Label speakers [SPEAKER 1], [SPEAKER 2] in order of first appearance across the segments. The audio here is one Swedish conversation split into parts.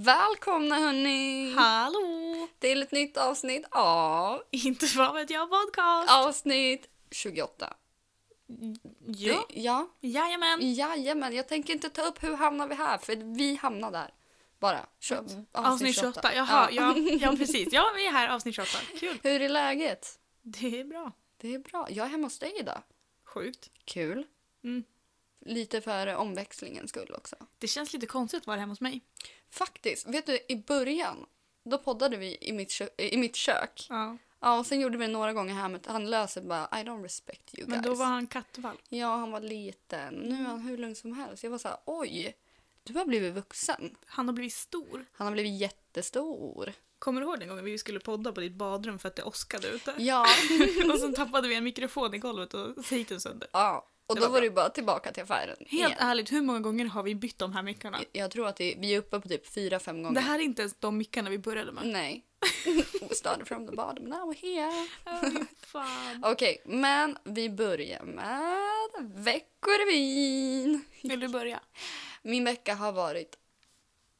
[SPEAKER 1] Välkomna hörni!
[SPEAKER 2] Hallå!
[SPEAKER 1] Till ett nytt avsnitt av
[SPEAKER 2] Inte vad vet jag podcast!
[SPEAKER 1] avsnitt 28.
[SPEAKER 2] Ja, Mm.
[SPEAKER 1] Det, ja.
[SPEAKER 2] jajamän!
[SPEAKER 1] Jajamän, jag tänker inte ta upp hur hamnar vi här för vi hamnar där. Bara. Kör, avsnitt,
[SPEAKER 2] Mm. Avsnitt 28, jaha,
[SPEAKER 1] Ja.
[SPEAKER 2] ja, ja precis. Ja, vi är här avsnitt 28. Kul!
[SPEAKER 1] Hur är läget?
[SPEAKER 2] Det är bra.
[SPEAKER 1] Det är bra. Jag är hemma hos dig idag.
[SPEAKER 2] Sjukt.
[SPEAKER 1] Kul.
[SPEAKER 2] Mm.
[SPEAKER 1] Lite för omväxlingens skull också.
[SPEAKER 2] Det känns lite konstigt att vara hemma hos mig.
[SPEAKER 1] Faktiskt, vet du i början då poddade vi i mitt, kö- i mitt kök.
[SPEAKER 2] Ja.
[SPEAKER 1] Ja, och sen gjorde vi det några gånger här med han löser bara I don't respect you guys.
[SPEAKER 2] Men då var han kattvalp.
[SPEAKER 1] Ja, han var liten. Nu är han hur lugn som helst. Jag var så här, oj, du har blivit vuxen.
[SPEAKER 2] Han har blivit stor.
[SPEAKER 1] Han har blivit jättestor.
[SPEAKER 2] Kommer du ihåg den gången vi skulle podda på ditt badrum för att det åskade ute?
[SPEAKER 1] Ja,
[SPEAKER 2] och sen tappade vi en mikrofon i golvet och så gick den sönder.
[SPEAKER 1] ja. och
[SPEAKER 2] Det
[SPEAKER 1] då
[SPEAKER 2] var
[SPEAKER 1] var det ju bara tillbaka till affären.
[SPEAKER 2] Helt
[SPEAKER 1] igen.
[SPEAKER 2] ärligt, hur många gånger har vi bytt de här mickarna?
[SPEAKER 1] Jag- Jag tror att det, vi är uppe på typ fyra, fem gånger.
[SPEAKER 2] Det här är inte ens de mickarna vi började med.
[SPEAKER 1] Nej. We started from the bottom, now we're here.
[SPEAKER 2] Aj, fan.
[SPEAKER 1] Okej, men vi börjar med veckorevyn.
[SPEAKER 2] Vill du börja?
[SPEAKER 1] Min vecka har varit...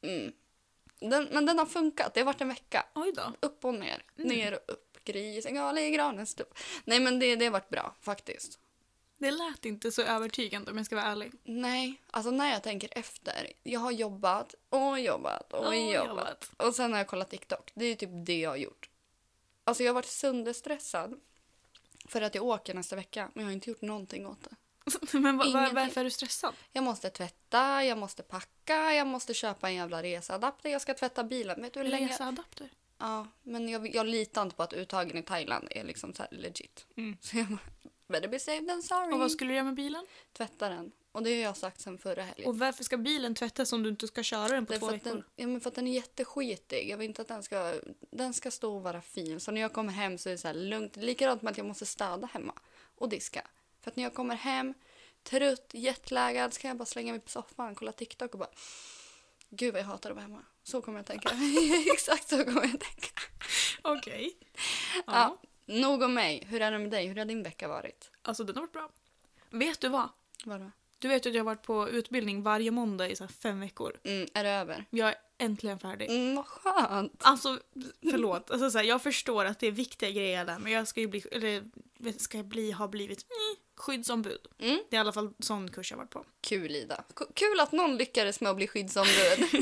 [SPEAKER 1] Mm. Den, men den har funkat, det har varit en vecka.
[SPEAKER 2] Oj då.
[SPEAKER 1] upp och ner,
[SPEAKER 2] Mm.
[SPEAKER 1] ner och upp, grisen gal i granen stup. Nej men det, det har varit bra faktiskt.
[SPEAKER 2] Det lät inte så övertygande om jag ska vara ärlig.
[SPEAKER 1] Nej, alltså när jag tänker efter, jag har jobbat och jobbat och
[SPEAKER 2] Och
[SPEAKER 1] jobbat.
[SPEAKER 2] jobbat.
[SPEAKER 1] Och sen har jag kollat TikTok, det är typ det jag har gjort. Alltså jag har varit sönderstressad för att jag åker nästa vecka men jag har inte gjort någonting åt det.
[SPEAKER 2] Men va, va,
[SPEAKER 1] Ingenting.
[SPEAKER 2] varför är du stressad?
[SPEAKER 1] Jag måste tvätta, jag måste packa, jag måste köpa en jävla reseadapter, jag ska tvätta bilen. Vet du hur länge...
[SPEAKER 2] Reseadapter.
[SPEAKER 1] Ja, men jag, jag litar inte på att uttagen i Thailand är liksom så här legit.
[SPEAKER 2] Mm.
[SPEAKER 1] Så jag bara, better be safe than sorry.
[SPEAKER 2] Och vad skulle du göra med bilen?
[SPEAKER 1] Tvätta den. Och det har jag sagt sen förra helgen.
[SPEAKER 2] Och varför ska bilen tvättas om du inte ska köra den på
[SPEAKER 1] det är
[SPEAKER 2] två
[SPEAKER 1] för, att
[SPEAKER 2] veckor?
[SPEAKER 1] den, ja, men för att den är jätteskitig. Jag vill inte att den ska, den ska stå och vara fin. Så när jag kommer hem så är det så här lugnt. Likadant med att jag måste städa hemma och diska. För att när jag kommer hem trött, jetlaggad, så kan jag bara slänga mig på soffan, kolla TikTok och bara Gud vad jag hatar att vara hemma. Så kommer jag tänka. Exakt så kommer jag tänka.
[SPEAKER 2] Okej. Ja.
[SPEAKER 1] Ja. Nog om mig. Hur är det med dig? Hur har din vecka varit?
[SPEAKER 2] Alltså den har varit bra. Vet du vad?
[SPEAKER 1] Vadå?
[SPEAKER 2] Du vet ju att jag har varit på utbildning varje måndag i så här fem veckor.
[SPEAKER 1] Mm, är det över?
[SPEAKER 2] Jag är äntligen färdig.
[SPEAKER 1] Mm, vad skönt.
[SPEAKER 2] Alltså, förlåt. Alltså, så här, jag förstår att det är viktiga grejer där, men jag ska ju bli, eller ska jag bli, ha blivit mm, skyddsombud.
[SPEAKER 1] Mm.
[SPEAKER 2] Det är i alla fall sån kurs jag har varit på.
[SPEAKER 1] Kul, Ida. K- kul att någon lyckades med att bli skyddsombud.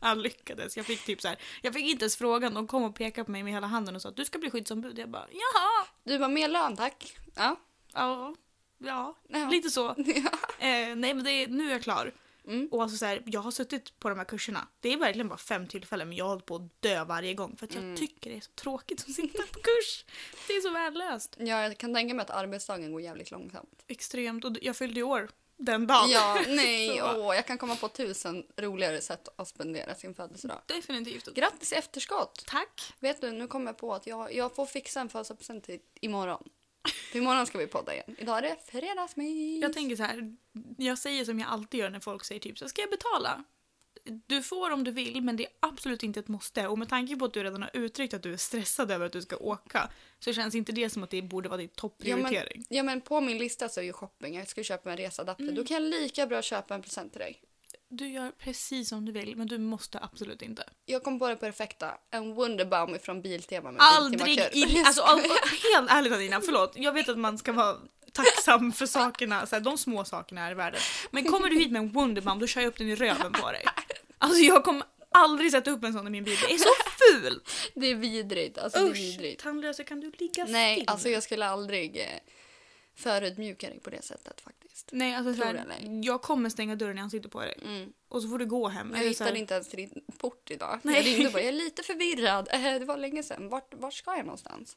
[SPEAKER 2] Han lyckades. Jag fick typ så här, jag fick inte ens frågan. De kom och pekade på mig med hela handen och sa att du ska bli skyddsombud. Jag bara jaha,
[SPEAKER 1] Du var mer lön, tack. Ja.
[SPEAKER 2] ja, ja,
[SPEAKER 1] ja.
[SPEAKER 2] lite så.
[SPEAKER 1] Ja.
[SPEAKER 2] Eh, nej men det, är- nu är jag klar.
[SPEAKER 1] Mm.
[SPEAKER 2] Och alltså så här, jag har suttit på de här kurserna. Det är verkligen bara fem tillfällen men jag har hållit på att dö varje gång för att jag
[SPEAKER 1] Mm.
[SPEAKER 2] tycker det är så tråkigt att sitta på kurs. Det är så värdelöst.
[SPEAKER 1] ja, jag kan tänka mig att arbetsdagen går jävligt långsamt.
[SPEAKER 2] Extremt. Och jag fyllde ju år den dagen.
[SPEAKER 1] Ja, nej,
[SPEAKER 2] Så.
[SPEAKER 1] åh, jag kan komma på tusen roligare sätt att spendera sin födelsedag.
[SPEAKER 2] Definitivt.
[SPEAKER 1] Grattis i efterskott!
[SPEAKER 2] Tack.
[SPEAKER 1] Vet du, nu kommer jag på att jag, jag får fixa en födelsedagspresent till imorgon. För imorgon ska vi podda igen. Idag är det fredagsmys.
[SPEAKER 2] Jag tänker så här, jag säger som jag alltid gör när folk säger typ så här, ska jag betala? Du får om du vill men det är absolut inte ett måste och med tanke på att du redan har uttryckt att du är stressad över att du ska åka så känns inte det som att det borde vara din topprioritering.
[SPEAKER 1] Ja men på min lista så är ju shopping. Jag ska köpa en reseadapter.
[SPEAKER 2] Mm.
[SPEAKER 1] Då kan jag lika bra köpa en present till dig.
[SPEAKER 2] Du gör precis som du vill men du måste absolut inte. Jag
[SPEAKER 1] Jag kom på det perfekta. En Wunderbaum från Biltema med
[SPEAKER 2] Aldrig
[SPEAKER 1] Biltema-kurv.
[SPEAKER 2] in, alltså all, helt ärligt Anina, förlåt. Jag vet att man ska vara tacksam för sakerna, så här, de små sakerna här i världen. Men kommer du hit med en Wonderbam då kör jag upp den i röven på dig. Alltså jag kommer aldrig sätta upp en sån i min bil, det är så fult.
[SPEAKER 1] Det är vidrigt. Alltså, det är
[SPEAKER 2] Usch,
[SPEAKER 1] vidrigt.
[SPEAKER 2] tandlösa kan du ligga
[SPEAKER 1] Nej,
[SPEAKER 2] still?
[SPEAKER 1] alltså jag skulle aldrig eh, förödmjuka dig på det sättet faktiskt.
[SPEAKER 2] Nej, alltså så
[SPEAKER 1] Tror
[SPEAKER 2] här,
[SPEAKER 1] jag,
[SPEAKER 2] jag kommer stänga dörren i ansiktet på dig
[SPEAKER 1] Mm.
[SPEAKER 2] och så får du gå hem.
[SPEAKER 1] Jag
[SPEAKER 2] Eller så
[SPEAKER 1] hittade
[SPEAKER 2] här,
[SPEAKER 1] inte ens din port idag.
[SPEAKER 2] Nej.
[SPEAKER 1] Jag ringde och bara, jag är lite förvirrad. Eh, Det var länge sedan. Vart, vart ska jag någonstans?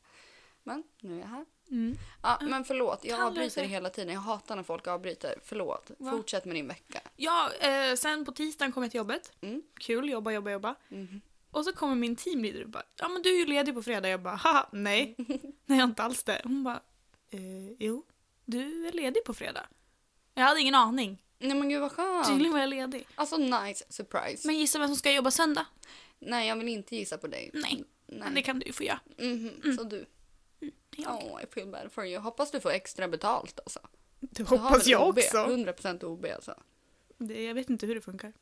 [SPEAKER 1] Men nu är jag här.
[SPEAKER 2] Mm.
[SPEAKER 1] Ja, men förlåt, jag
[SPEAKER 2] Tandlösa.
[SPEAKER 1] avbryter hela tiden. Jag hatar när folk avbryter. Förlåt.
[SPEAKER 2] Va?
[SPEAKER 1] Fortsätt med din vecka.
[SPEAKER 2] Ja, eh, sen på tisdagen kom jag till jobbet.
[SPEAKER 1] Mm.
[SPEAKER 2] Kul, jobba, jobba, jobba.
[SPEAKER 1] Mhm.
[SPEAKER 2] Och så kommer min teamleader och bara “ja men du är ju ledig på fredag”. Jag bara “haha, nej, nej jag är inte alls det”. Hon bara eh, “jo, du är ledig på fredag”. Jag hade ingen aning.
[SPEAKER 1] Nej men gud vad skönt.
[SPEAKER 2] Tydligen var jag ledig.
[SPEAKER 1] Alltså nice surprise.
[SPEAKER 2] Men gissa vem som ska jobba söndag?
[SPEAKER 1] Nej jag vill inte gissa på dig.
[SPEAKER 2] Nej. Men det
[SPEAKER 1] Nej.
[SPEAKER 2] kan Mm. du ju få göra.
[SPEAKER 1] Mhm, Så du.
[SPEAKER 2] Jag.
[SPEAKER 1] Oh, I feel bad for you. Hoppas du får extra betalt alltså.
[SPEAKER 2] det
[SPEAKER 1] Du har väl OB? 100% OB alltså.
[SPEAKER 2] Det, jag vet inte hur det funkar.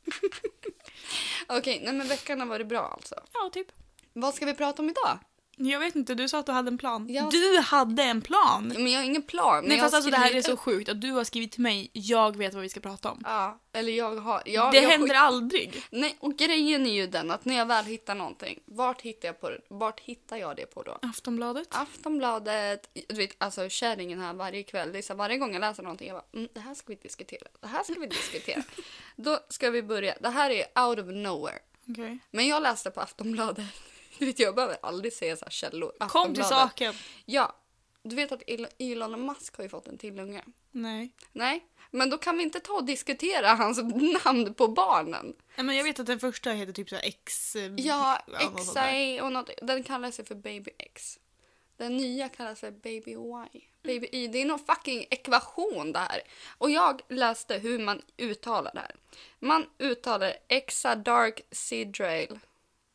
[SPEAKER 1] Okej, nej men veckan har varit bra alltså.
[SPEAKER 2] Ja, typ.
[SPEAKER 1] Vad ska vi prata om idag?
[SPEAKER 2] Jag vet inte, du sa att du hade en plan.
[SPEAKER 1] Jag-
[SPEAKER 2] Du hade en plan!
[SPEAKER 1] Men jag har ingen plan. Mm, men
[SPEAKER 2] Nej
[SPEAKER 1] jag
[SPEAKER 2] fast
[SPEAKER 1] har
[SPEAKER 2] alltså det här är
[SPEAKER 1] skrivit
[SPEAKER 2] så
[SPEAKER 1] upp-
[SPEAKER 2] sjukt att du har skrivit till mig, jag vet vad vi ska prata om.
[SPEAKER 1] Ja, eller jag har... Jag,
[SPEAKER 2] det
[SPEAKER 1] jag
[SPEAKER 2] händer aldrig.
[SPEAKER 1] Nej, och grejen är ju den att när jag väl hittar någonting, vart hittar jag, på det? Vart hittar jag det på då?
[SPEAKER 2] Aftonbladet.
[SPEAKER 1] Aftonbladet, du vet, alltså kärringen här varje kväll, det är så här, varje gång jag läser någonting, jag bara, mm, det här ska vi diskutera, det här ska vi diskutera. då ska vi börja, det här är out of nowhere.
[SPEAKER 2] Okej.
[SPEAKER 1] Men jag läste på Aftonbladet, du vet jag behöver aldrig säga så här källor.
[SPEAKER 2] Kom till
[SPEAKER 1] Aftonbladet.
[SPEAKER 2] saken.
[SPEAKER 1] Ja, du vet att El- Elon Musk har ju fått en till unge.
[SPEAKER 2] Nej.
[SPEAKER 1] Nej, men då kan vi inte ta och diskutera hans namn på barnen.
[SPEAKER 2] Nej, Men jag vet att den första heter typ så här X... eh,
[SPEAKER 1] Ja,
[SPEAKER 2] något sånt där.
[SPEAKER 1] XI och något. Den kallar sig för Baby X. Den nya kallas för Baby Y. Baby Y. Det är någon fucking ekvation det här. Och jag läste hur man uttalar det här. Man uttalar Exa Dark Sidrail.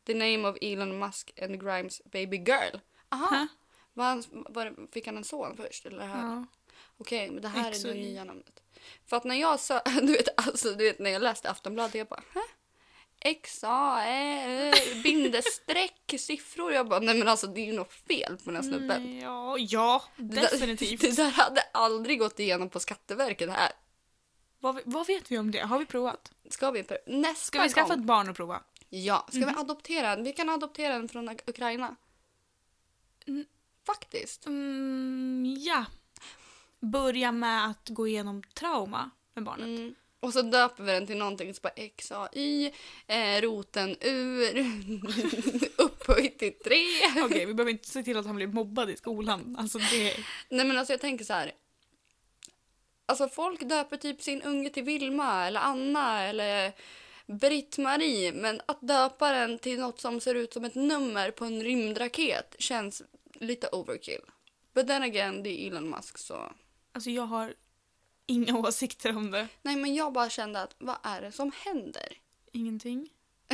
[SPEAKER 1] The name of Elon Musk and Grimes baby girl. Aha.
[SPEAKER 2] Huh?
[SPEAKER 1] Var han, var, fick han en son först? Eller det här?
[SPEAKER 2] Ja.
[SPEAKER 1] Okej, men det här
[SPEAKER 2] X
[SPEAKER 1] är
[SPEAKER 2] och
[SPEAKER 1] det
[SPEAKER 2] Y.
[SPEAKER 1] nya namnet. För att när jag sa, du vet, alltså, du vet när jag läste Aftonbladet, jag bara Hä? X, A, E, Ö, bindestreck, siffror. Jag bara, nej men alltså det är ju något fel på den här snubben.
[SPEAKER 2] Mm, ja, ja,
[SPEAKER 1] Det där-
[SPEAKER 2] definitivt.
[SPEAKER 1] Det där hade aldrig gått igenom på Skatteverket här.
[SPEAKER 2] Vad, vad vet vi om det? Har vi provat?
[SPEAKER 1] Ska vi, pr- nästa
[SPEAKER 2] Ska vi skaffa Mm.
[SPEAKER 1] gång.
[SPEAKER 2] ett barn och prova?
[SPEAKER 1] Ja, ska vi adoptera den? Vi kan adoptera den från Uk- Ukraina.
[SPEAKER 2] Mm.
[SPEAKER 1] Faktiskt.
[SPEAKER 2] Mm, ja. Börja med att gå igenom trauma med barnet.
[SPEAKER 1] Mm. Och så döper vi den till någonting så bara X, A, Y, eh, roten ur, upphöjt till tre.
[SPEAKER 2] Okej, vi behöver inte se till att han blir mobbad i skolan. Alltså det...
[SPEAKER 1] Nej men alltså jag tänker så här. Alltså folk döper typ sin unge till Vilma eller Anna eller Britt-Marie men att döpa den till något som ser ut som ett nummer på en rymdraket känns lite overkill. But then again, det är Elon Musk så...
[SPEAKER 2] Alltså jag har inga åsikter om det.
[SPEAKER 1] Nej men jag bara kände att vad är det som händer?
[SPEAKER 2] Ingenting.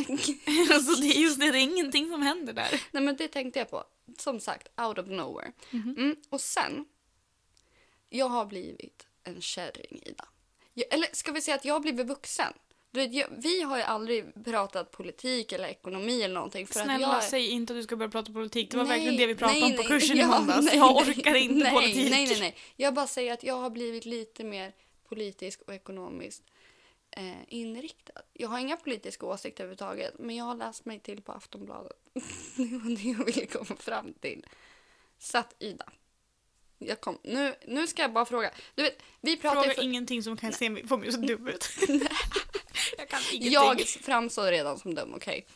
[SPEAKER 2] alltså det är just det, det är ingenting som händer där.
[SPEAKER 1] Nej men det tänkte jag på. Som sagt, out of nowhere. Mm, och sen, jag har blivit en kärring Ida. Jag, eller ska vi säga att jag har blivit vuxen? Du vet, jag, vi har ju aldrig pratat politik eller ekonomi eller någonting. För
[SPEAKER 2] Snälla
[SPEAKER 1] att jag,
[SPEAKER 2] säg inte att du ska börja prata politik. Det var
[SPEAKER 1] Nej,
[SPEAKER 2] verkligen det vi pratade
[SPEAKER 1] nej,
[SPEAKER 2] om på
[SPEAKER 1] nej,
[SPEAKER 2] kursen
[SPEAKER 1] ja,
[SPEAKER 2] i måndags.
[SPEAKER 1] nej,
[SPEAKER 2] jag
[SPEAKER 1] nej,
[SPEAKER 2] orkar inte
[SPEAKER 1] nej,
[SPEAKER 2] politik.
[SPEAKER 1] Nej, nej, nej. Jag bara säger att jag har blivit lite mer politisk och ekonomiskt eh, inriktad. Jag har inga politiska åsikter överhuvudtaget, men jag har läst mig till på Aftonbladet. det var det jag ville komma fram till. Så att Ida. Jag kom. Nu, nu ska jag bara fråga. Du vet, vi pratade
[SPEAKER 2] Fråga
[SPEAKER 1] ju för-
[SPEAKER 2] ingenting som kan se mig, få mig så dum ut. jag kan ingenting.
[SPEAKER 1] Jag framstår redan som dum, okej.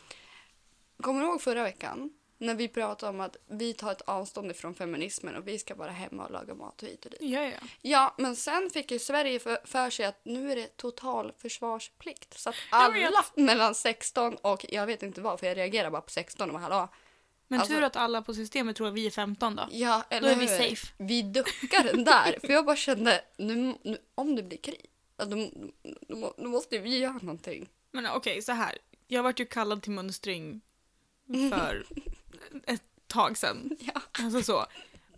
[SPEAKER 1] Kommer du ihåg förra veckan? När vi pratade om att vi tar ett avstånd ifrån feminismen och vi ska vara hemma och laga mat och hit och dit.
[SPEAKER 2] Ja, ja.
[SPEAKER 1] Ja, men sen fick ju Sverige för, för sig att nu är det total försvarsplikt. Så att
[SPEAKER 2] Jag vet.
[SPEAKER 1] alla mellan 16 och, jag vet inte vad, för jag reagerar bara på 16 och bara hallå.
[SPEAKER 2] Men
[SPEAKER 1] Alltså-
[SPEAKER 2] tur att alla på systemet tror att vi är 15 då.
[SPEAKER 1] Ja, eller
[SPEAKER 2] är vi
[SPEAKER 1] hur?
[SPEAKER 2] safe.
[SPEAKER 1] Vi duckar den där. för jag bara kände, nu, nu, om det blir krig, ja, då, då, då måste vi göra någonting.
[SPEAKER 2] Men okej, så här. Jag vart ju kallad till mönstring för ett tag sedan.
[SPEAKER 1] Ja.
[SPEAKER 2] Alltså så.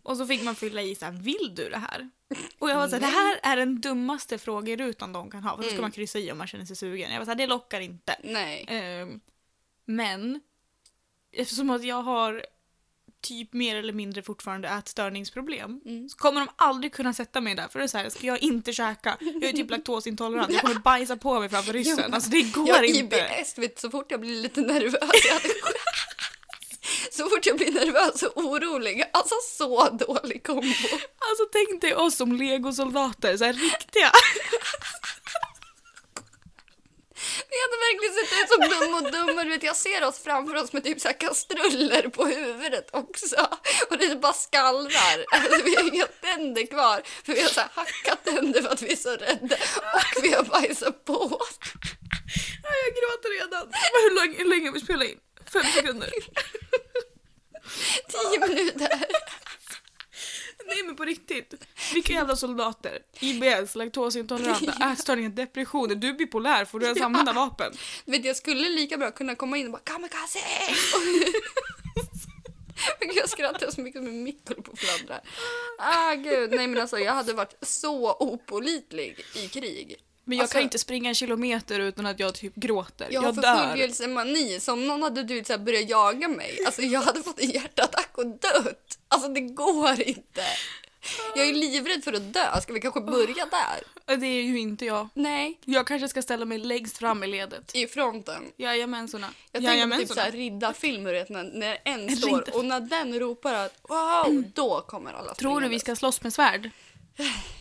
[SPEAKER 2] Och så fick man fylla i så här, vill du det här? Och jag var så här, det här är den dummaste frågerutan de kan ha. För då ska man kryssa i om man känner sig sugen. Jag var så här, det lockar inte.
[SPEAKER 1] Nej.
[SPEAKER 2] Ehm, men eftersom att jag har typ mer eller mindre fortfarande ätstörningsproblem
[SPEAKER 1] Mm.
[SPEAKER 2] så kommer de aldrig kunna sätta mig där för det är så här, ska jag inte käka? Jag är typ laktosintolerant, jag kommer bajsa på mig framför ryssen. Alltså det går
[SPEAKER 1] Jag har
[SPEAKER 2] inte.
[SPEAKER 1] IBS, vet, du, så fort jag blir lite nervös. Jag så fort jag blir nervös och orolig. Alltså så dålig kombo.
[SPEAKER 2] Alltså tänk dig oss som legosoldater, så här riktiga.
[SPEAKER 1] Vi hade verkligen sett ut som dum och dummer. Du vet, jag ser oss framför oss med typ så här kastruller på huvudet också. Och det bara skallrar. Alltså, vi har inga tänder kvar. För vi har så här hackat tänder för att vi är så rädda. Och vi har bajsat på oss.
[SPEAKER 2] Ja, Jag gråter redan. Hur länge, hur länge har vi spelat in? Fem sekunder?
[SPEAKER 1] Tio minuter.
[SPEAKER 2] Nej men på riktigt. Vilka jävla soldater? IBS, laktosintoleranta, ätstörningar, depressioner. Du är bipolär, får du ens använda vapen?
[SPEAKER 1] Du vet, jag skulle lika bra kunna komma in och bara kamikaze! Men gud, Jag skrattar så mycket som mitt håller på att fladdra. Ah, gud. Nej, men alltså, jag hade varit så opolitlig i krig.
[SPEAKER 2] Men jag
[SPEAKER 1] Alltså-
[SPEAKER 2] kan inte springa en kilometer utan att jag typ gråter.
[SPEAKER 1] Jag
[SPEAKER 2] Jag,
[SPEAKER 1] har
[SPEAKER 2] dör.
[SPEAKER 1] förföljelsemani, så om någon hade du vet, så här, börjat jaga mig, alltså jag hade fått en hjärtattack och dött. Alltså det går inte. Jag är livrädd för att dö, ska vi kanske börja där?
[SPEAKER 2] Det är ju inte jag.
[SPEAKER 1] Nej,
[SPEAKER 2] Jag kanske ska ställa mig längst fram i ledet.
[SPEAKER 1] i fronten.
[SPEAKER 2] Jajamensorna.
[SPEAKER 1] Jag tänker på typ
[SPEAKER 2] Jajamensorna.
[SPEAKER 1] såhär riddarfilmer vet, när, när en står och när den ropar att wow, då kommer alla
[SPEAKER 2] Mm. Tror du vi
[SPEAKER 1] springandes.
[SPEAKER 2] ska slåss med svärd?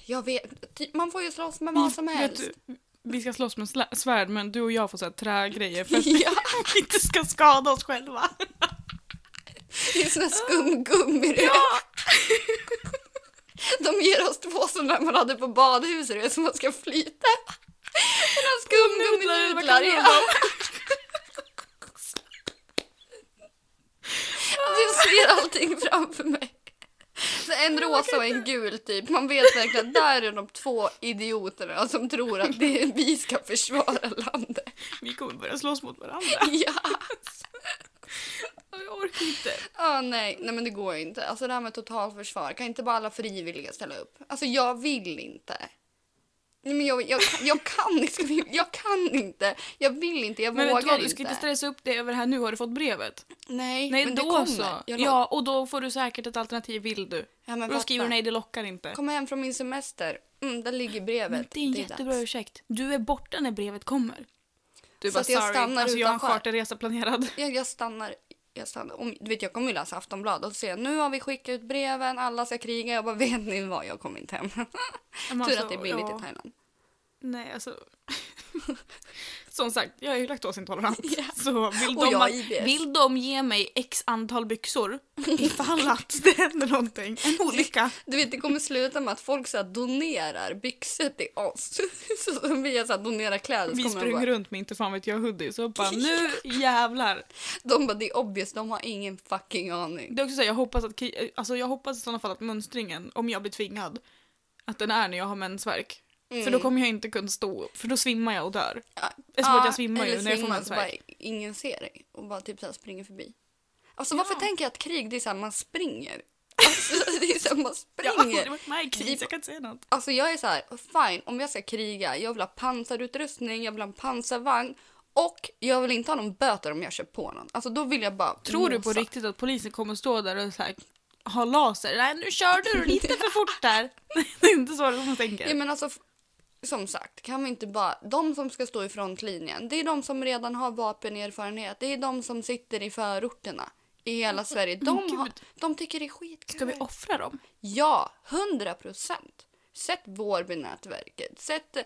[SPEAKER 1] Jag vet, ty- man får ju slåss med vad som
[SPEAKER 2] Mm, Vet
[SPEAKER 1] helst.
[SPEAKER 2] du, vi ska slåss med slä- svärd men du och jag får så här trägrejer för att
[SPEAKER 1] Ja,
[SPEAKER 2] vi inte ska skada oss själva.
[SPEAKER 1] det är såna skumgummi ja. De ger oss två sådana där man hade på badhuset, du vet, som man ska flyta. Den har skumgumminudlar i.
[SPEAKER 2] Ja.
[SPEAKER 1] Du ser allting framför mig. Så en rosa och en gul typ. Man vet verkligen att där är de två idioterna som tror att det är vi ska försvara landet.
[SPEAKER 2] Vi kommer börja slåss mot varandra.
[SPEAKER 1] Ja.
[SPEAKER 2] Jag orkar inte.
[SPEAKER 1] Ah, nej. nej, men det går ju inte. Alltså det här med totalförsvar, kan inte bara alla frivilliga ställa upp? Alltså jag vill inte. Nej, men jag, jag, jag kan inte, jag kan inte, jag vill inte, jag
[SPEAKER 2] Men vet du
[SPEAKER 1] vågar
[SPEAKER 2] vad, du ska inte
[SPEAKER 1] inte.
[SPEAKER 2] stressa upp dig över det här nu. Har du fått brevet?
[SPEAKER 1] Nej,
[SPEAKER 2] Nej,
[SPEAKER 1] men det
[SPEAKER 2] då
[SPEAKER 1] kommer.
[SPEAKER 2] så.
[SPEAKER 1] Jag lovar.
[SPEAKER 2] Ja, och då får du säkert ett alternativ vill du.
[SPEAKER 1] Ja, men
[SPEAKER 2] och då skriver du
[SPEAKER 1] fatta.
[SPEAKER 2] nej, det lockar inte.
[SPEAKER 1] Kommer hem från min semester, mm, där ligger brevet.
[SPEAKER 2] Det är en
[SPEAKER 1] dags.
[SPEAKER 2] jättebra ursäkt. Du är borta när brevet kommer. Du
[SPEAKER 1] Så
[SPEAKER 2] bara
[SPEAKER 1] att jag
[SPEAKER 2] sorry,
[SPEAKER 1] stannar
[SPEAKER 2] alltså jag har en
[SPEAKER 1] utanför."
[SPEAKER 2] charterresa planerad.
[SPEAKER 1] jag, jag stannar. Jag stannar. Om, du vet, jag kommer ju läsa Aftonbladet och se nu har vi skickat ut breven, alla ska kriga. Jag bara, vet ni vad, jag kommer inte hem.
[SPEAKER 2] Men
[SPEAKER 1] Tur
[SPEAKER 2] alltså,
[SPEAKER 1] att det är billigt
[SPEAKER 2] ja.
[SPEAKER 1] i Thailand.
[SPEAKER 2] Nej, alltså. Som sagt, jag är ju laktosintolerant. Så vill
[SPEAKER 1] Och
[SPEAKER 2] de,
[SPEAKER 1] jag
[SPEAKER 2] att-
[SPEAKER 1] är IBS.
[SPEAKER 2] vill de ge mig x antal byxor ifall att det händer någonting, en olycka.
[SPEAKER 1] Du vet, det kommer sluta med att folk så här, donerar byxor till oss. Så som vi har så här, donerar kläder. så
[SPEAKER 2] Vi
[SPEAKER 1] kommer de
[SPEAKER 2] sprang
[SPEAKER 1] bara-
[SPEAKER 2] runt med inte fan vet jag hoodies och bara nu jävlar.
[SPEAKER 1] De bara, det är obvious, de har ingen fucking aning.
[SPEAKER 2] Det är också så här, jag hoppas att ki- alltså jag hoppas i sådana fall att mönstringen, om jag blir tvingad, att den är när jag har mensvärk. För
[SPEAKER 1] Mm.
[SPEAKER 2] då kommer jag inte kunna stå upp, för då svimmar jag och dör. Det är som att jag svimmar ju
[SPEAKER 1] Ah, eller
[SPEAKER 2] när jag får
[SPEAKER 1] svimmar så bara,
[SPEAKER 2] mensvärk.
[SPEAKER 1] ingen ser dig och bara typ så här, springer förbi. Alltså varför tänker jag att krig, det är så här, man springer. Alltså, det är så här, man
[SPEAKER 2] Jag har
[SPEAKER 1] springer.
[SPEAKER 2] aldrig varit med i kris, jag kan inte säga något.
[SPEAKER 1] Alltså jag är så här, fine, om jag ska kriga, jag vill ha pansarutrustning, jag vill ha en pansarvagn och jag vill inte ha någon böter om jag kör på någon. Alltså då vill jag bara
[SPEAKER 2] Tror du på
[SPEAKER 1] mosa.
[SPEAKER 2] riktigt att polisen kommer stå där och så här, ha laser? Nej, nu körde du lite för fort där. Det är inte så de tänker.
[SPEAKER 1] Ja, men alltså, f- som sagt, kan vi inte bara... De som ska stå i frontlinjen, det är de som redan har vapenerfarenhet. Det är de som sitter i förorterna i hela Sverige. De, har,
[SPEAKER 2] Mm. gud.
[SPEAKER 1] de tycker det är skitkul.
[SPEAKER 2] Ska vi offra dem?
[SPEAKER 1] Ja, 100 procent. Sätt Vårbynätverket, sätt eh,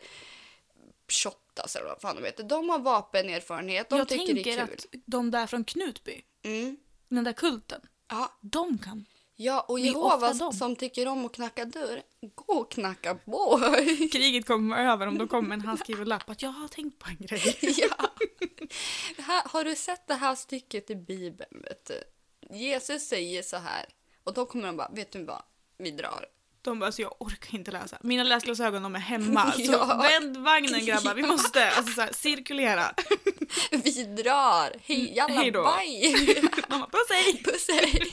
[SPEAKER 1] Shottaz eller vad fan de heter. De har vapenerfarenhet, de
[SPEAKER 2] jag
[SPEAKER 1] tycker det
[SPEAKER 2] tänker
[SPEAKER 1] är kul.
[SPEAKER 2] att de där från Knutby,
[SPEAKER 1] Mm.
[SPEAKER 2] den där kulten,
[SPEAKER 1] Ja,
[SPEAKER 2] de kan.
[SPEAKER 1] ja, och
[SPEAKER 2] Vi offrar dem.
[SPEAKER 1] Jehovas som tycker om att knacka dörr, gå och knacka på.
[SPEAKER 2] Kriget kommer över om de kommer en handskriven lapp att jag har tänkt på en grej.
[SPEAKER 1] ja. Det här, har du sett det här stycket i Bibeln? Vet du? Jesus säger så här och då kommer de bara, vet du vad, vi drar.
[SPEAKER 2] De bara, så jag orkar inte läsa. Mina läsglasögon de är hemma. Så
[SPEAKER 1] Ja.
[SPEAKER 2] vänd vagnen grabbar, vi måste alltså, så här, cirkulera.
[SPEAKER 1] Vi drar, hej,
[SPEAKER 2] Mm, Hej då.
[SPEAKER 1] jalla, baj!
[SPEAKER 2] De bara, puss hej!
[SPEAKER 1] Puss hej!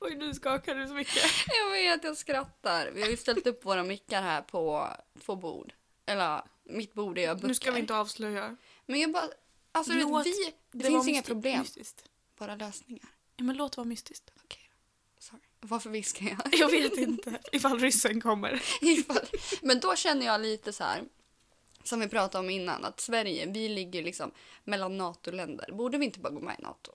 [SPEAKER 2] Oj, nu skakar du så mycket.
[SPEAKER 1] Jag vet, jag skrattar. Vi har ju ställt upp våra mickar här på två bord. Eller mitt bord är jag
[SPEAKER 2] Nu ska
[SPEAKER 1] böcker.
[SPEAKER 2] vi inte avslöja.
[SPEAKER 1] Men jag bara, alltså du
[SPEAKER 2] Låt
[SPEAKER 1] vet, vi, det,
[SPEAKER 2] var
[SPEAKER 1] finns inga
[SPEAKER 2] mysti-
[SPEAKER 1] problem,
[SPEAKER 2] Mystiskt.
[SPEAKER 1] bara lösningar.
[SPEAKER 2] Ja, men låt vara mystiskt.
[SPEAKER 1] Okej då. Sorry. Varför viskar jag?
[SPEAKER 2] Jag vet inte. Ifall ryssen kommer.
[SPEAKER 1] Ifall- Men då känner jag lite så här, som vi pratade om innan, att Sverige, vi ligger liksom mellan NATO-länder. Borde vi inte bara gå med i NATO?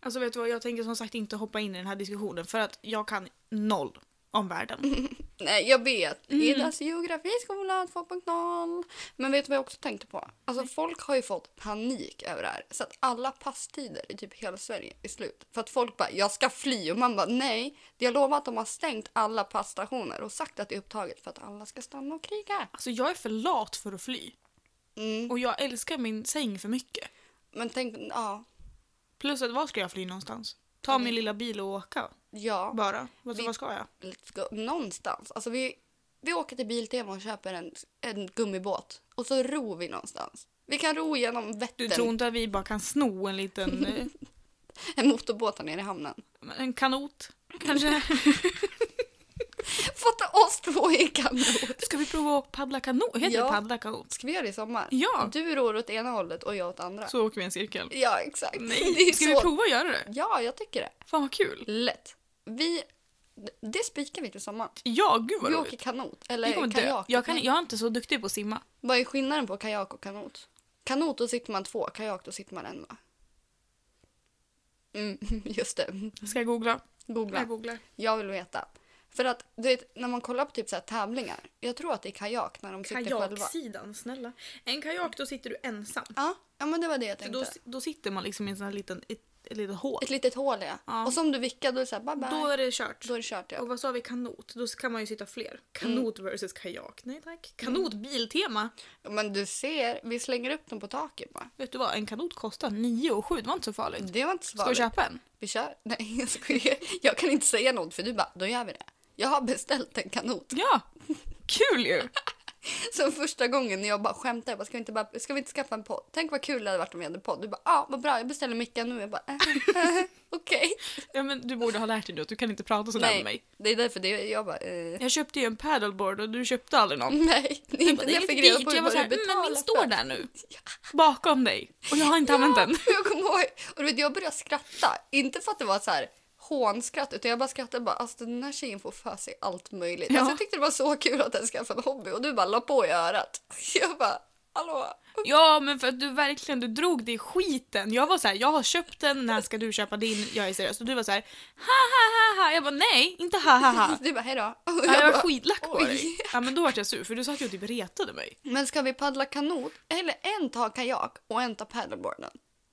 [SPEAKER 2] Alltså vet du vad, jag tänker som sagt inte hoppa in i den här diskussionen för att jag kan noll om världen.
[SPEAKER 1] Nej, jag vet. Idas geografiskola 2.0. Men vet du vad jag också tänkte på? Alltså folk har ju fått panik över det här. Så att alla passtider i typ hela Sverige är slut. För att folk bara, jag ska fly. Och man bara, nej. Jag lovar att de har stängt alla passstationer och sagt att det är upptaget för att alla ska stanna och kriga.
[SPEAKER 2] Alltså jag är för lat för att fly.
[SPEAKER 1] Mm.
[SPEAKER 2] Och jag älskar min säng för mycket.
[SPEAKER 1] Men tänk, ja.
[SPEAKER 2] Plus att var ska jag fly någonstans? Ta min lilla bil och åka.
[SPEAKER 1] Ja.
[SPEAKER 2] Bara. Alltså,
[SPEAKER 1] Vi-
[SPEAKER 2] vad ska jag?
[SPEAKER 1] let's go, någonstans. Alltså vi, vi åker till Biltema och köper en, en gummibåt och så ror vi någonstans. Vi kan ro genom
[SPEAKER 2] Du
[SPEAKER 1] Vättern,
[SPEAKER 2] tror inte att vi bara kan sno en liten eh,
[SPEAKER 1] en motorbåt här nere i hamnen.
[SPEAKER 2] en kanot? Kanske?
[SPEAKER 1] Fatta oss två i i kanot.
[SPEAKER 2] Ska vi prova att paddla kanot? Heter
[SPEAKER 1] Ja.
[SPEAKER 2] det paddla kanot?
[SPEAKER 1] Ska vi göra det i sommar?
[SPEAKER 2] Ja!
[SPEAKER 1] Du ror åt ena hållet och jag åt andra.
[SPEAKER 2] Så åker vi en cirkel.
[SPEAKER 1] Ja, exakt. Det
[SPEAKER 2] Nej,
[SPEAKER 1] är
[SPEAKER 2] ska
[SPEAKER 1] så...
[SPEAKER 2] vi prova att göra det?
[SPEAKER 1] Ja, jag tycker det.
[SPEAKER 2] Fan vad kul!
[SPEAKER 1] Lätt. Vi... d- Det spikar vi till sommaren.
[SPEAKER 2] Ja, gud vad
[SPEAKER 1] Vi
[SPEAKER 2] roligt.
[SPEAKER 1] åker kanot.
[SPEAKER 2] Vi
[SPEAKER 1] Eller
[SPEAKER 2] kommer dö.
[SPEAKER 1] kajak.
[SPEAKER 2] Jag, kan, jag är inte så duktig på att simma.
[SPEAKER 1] Vad är skillnaden på kajak och kanot? Kanot, då sitter man två. Kajak, då sitter man en, va? Mm, just det.
[SPEAKER 2] Ska jag googla?
[SPEAKER 1] Googla.
[SPEAKER 2] Jag googlar.
[SPEAKER 1] Jag vill veta. För att, du vet, när man kollar på typ så här tävlingar. Jag tror att det är kajak när de sitter själva.
[SPEAKER 2] Kajaksidan, snälla. En kajak, då sitter du ensam.
[SPEAKER 1] Ja, ja, men det var det jag
[SPEAKER 2] För
[SPEAKER 1] tänkte.
[SPEAKER 2] då, då sitter man liksom i en sån här liten, ett, ett litet hål.
[SPEAKER 1] Ett litet hål, ja.
[SPEAKER 2] Ja.
[SPEAKER 1] Och som du vickar, då är det så här, bye, bye.
[SPEAKER 2] Då är det kört.
[SPEAKER 1] Då är det kört, Mm. ja.
[SPEAKER 2] Och vad sa vi, kanot? Då kan man ju sitta fler. Kanot versus kajak. Nej tack.
[SPEAKER 1] Mm.
[SPEAKER 2] Kanot, biltema.
[SPEAKER 1] Men du ser, vi slänger upp dem på taket bara.
[SPEAKER 2] Vet du vad, en kanot kostar 9 och 7. det var inte så farligt.
[SPEAKER 1] Det var inte så
[SPEAKER 2] Ska du
[SPEAKER 1] Mm. farligt.
[SPEAKER 2] köpa en?
[SPEAKER 1] Vi kör. Nej, jag skojar. Jag kan inte säga något för du bara, då gör vi det. Jag har beställt en kanot.
[SPEAKER 2] Ja! Kul ju!
[SPEAKER 1] Som första gången när jag bara skämtade, jag bara, ska, vi inte bara, ska vi inte skaffa en podd? Tänk vad kul det hade varit om vi hade en podd. Du bara, ja ah, vad bra, jag beställer micken nu. Jag bara, eh, eh, okej.
[SPEAKER 2] Ja men du borde ha lärt dig nu att du kan inte prata sådär med mig.
[SPEAKER 1] Nej, det är därför det, jag bara, eh,
[SPEAKER 2] Jag köpte ju en paddleboard och du köpte aldrig någon.
[SPEAKER 1] nej. Det är
[SPEAKER 2] Jag
[SPEAKER 1] inte
[SPEAKER 2] bara, det är
[SPEAKER 1] jag
[SPEAKER 2] lite
[SPEAKER 1] fick reda
[SPEAKER 2] dyrt.
[SPEAKER 1] på
[SPEAKER 2] Jag var
[SPEAKER 1] vad du
[SPEAKER 2] såhär, "Mm, men
[SPEAKER 1] betalar
[SPEAKER 2] min
[SPEAKER 1] för.
[SPEAKER 2] står där nu. Bakom dig. Och jag har inte använt den.
[SPEAKER 1] Jag kommer ihåg, och du vet, jag började skratta. Inte för att det var så här hånskratt, utan jag bara skrattade bara alltså den här tjejen får för sig allt möjligt.
[SPEAKER 2] Ja.
[SPEAKER 1] Alltså, jag tyckte det var så kul att den skaffade en hobby och du bara la på i örat. Jag bara, hallå?
[SPEAKER 2] Ja, men för att du verkligen du drog dig i skiten. Jag var så här, jag har köpt den, när ska du köpa din? Jag är seriös. Och du var så här, ha ha ha ha. Jag bara nej, inte ha ha ha.
[SPEAKER 1] Du bara, hejdå.
[SPEAKER 2] Ja, Jag var skitlack på
[SPEAKER 1] Oj.
[SPEAKER 2] dig. Ja, men då vart jag sur för du sa att jag typ retade mig.
[SPEAKER 1] Men ska vi paddla kanot? Eller en tar kajak och en tar paddleboarden.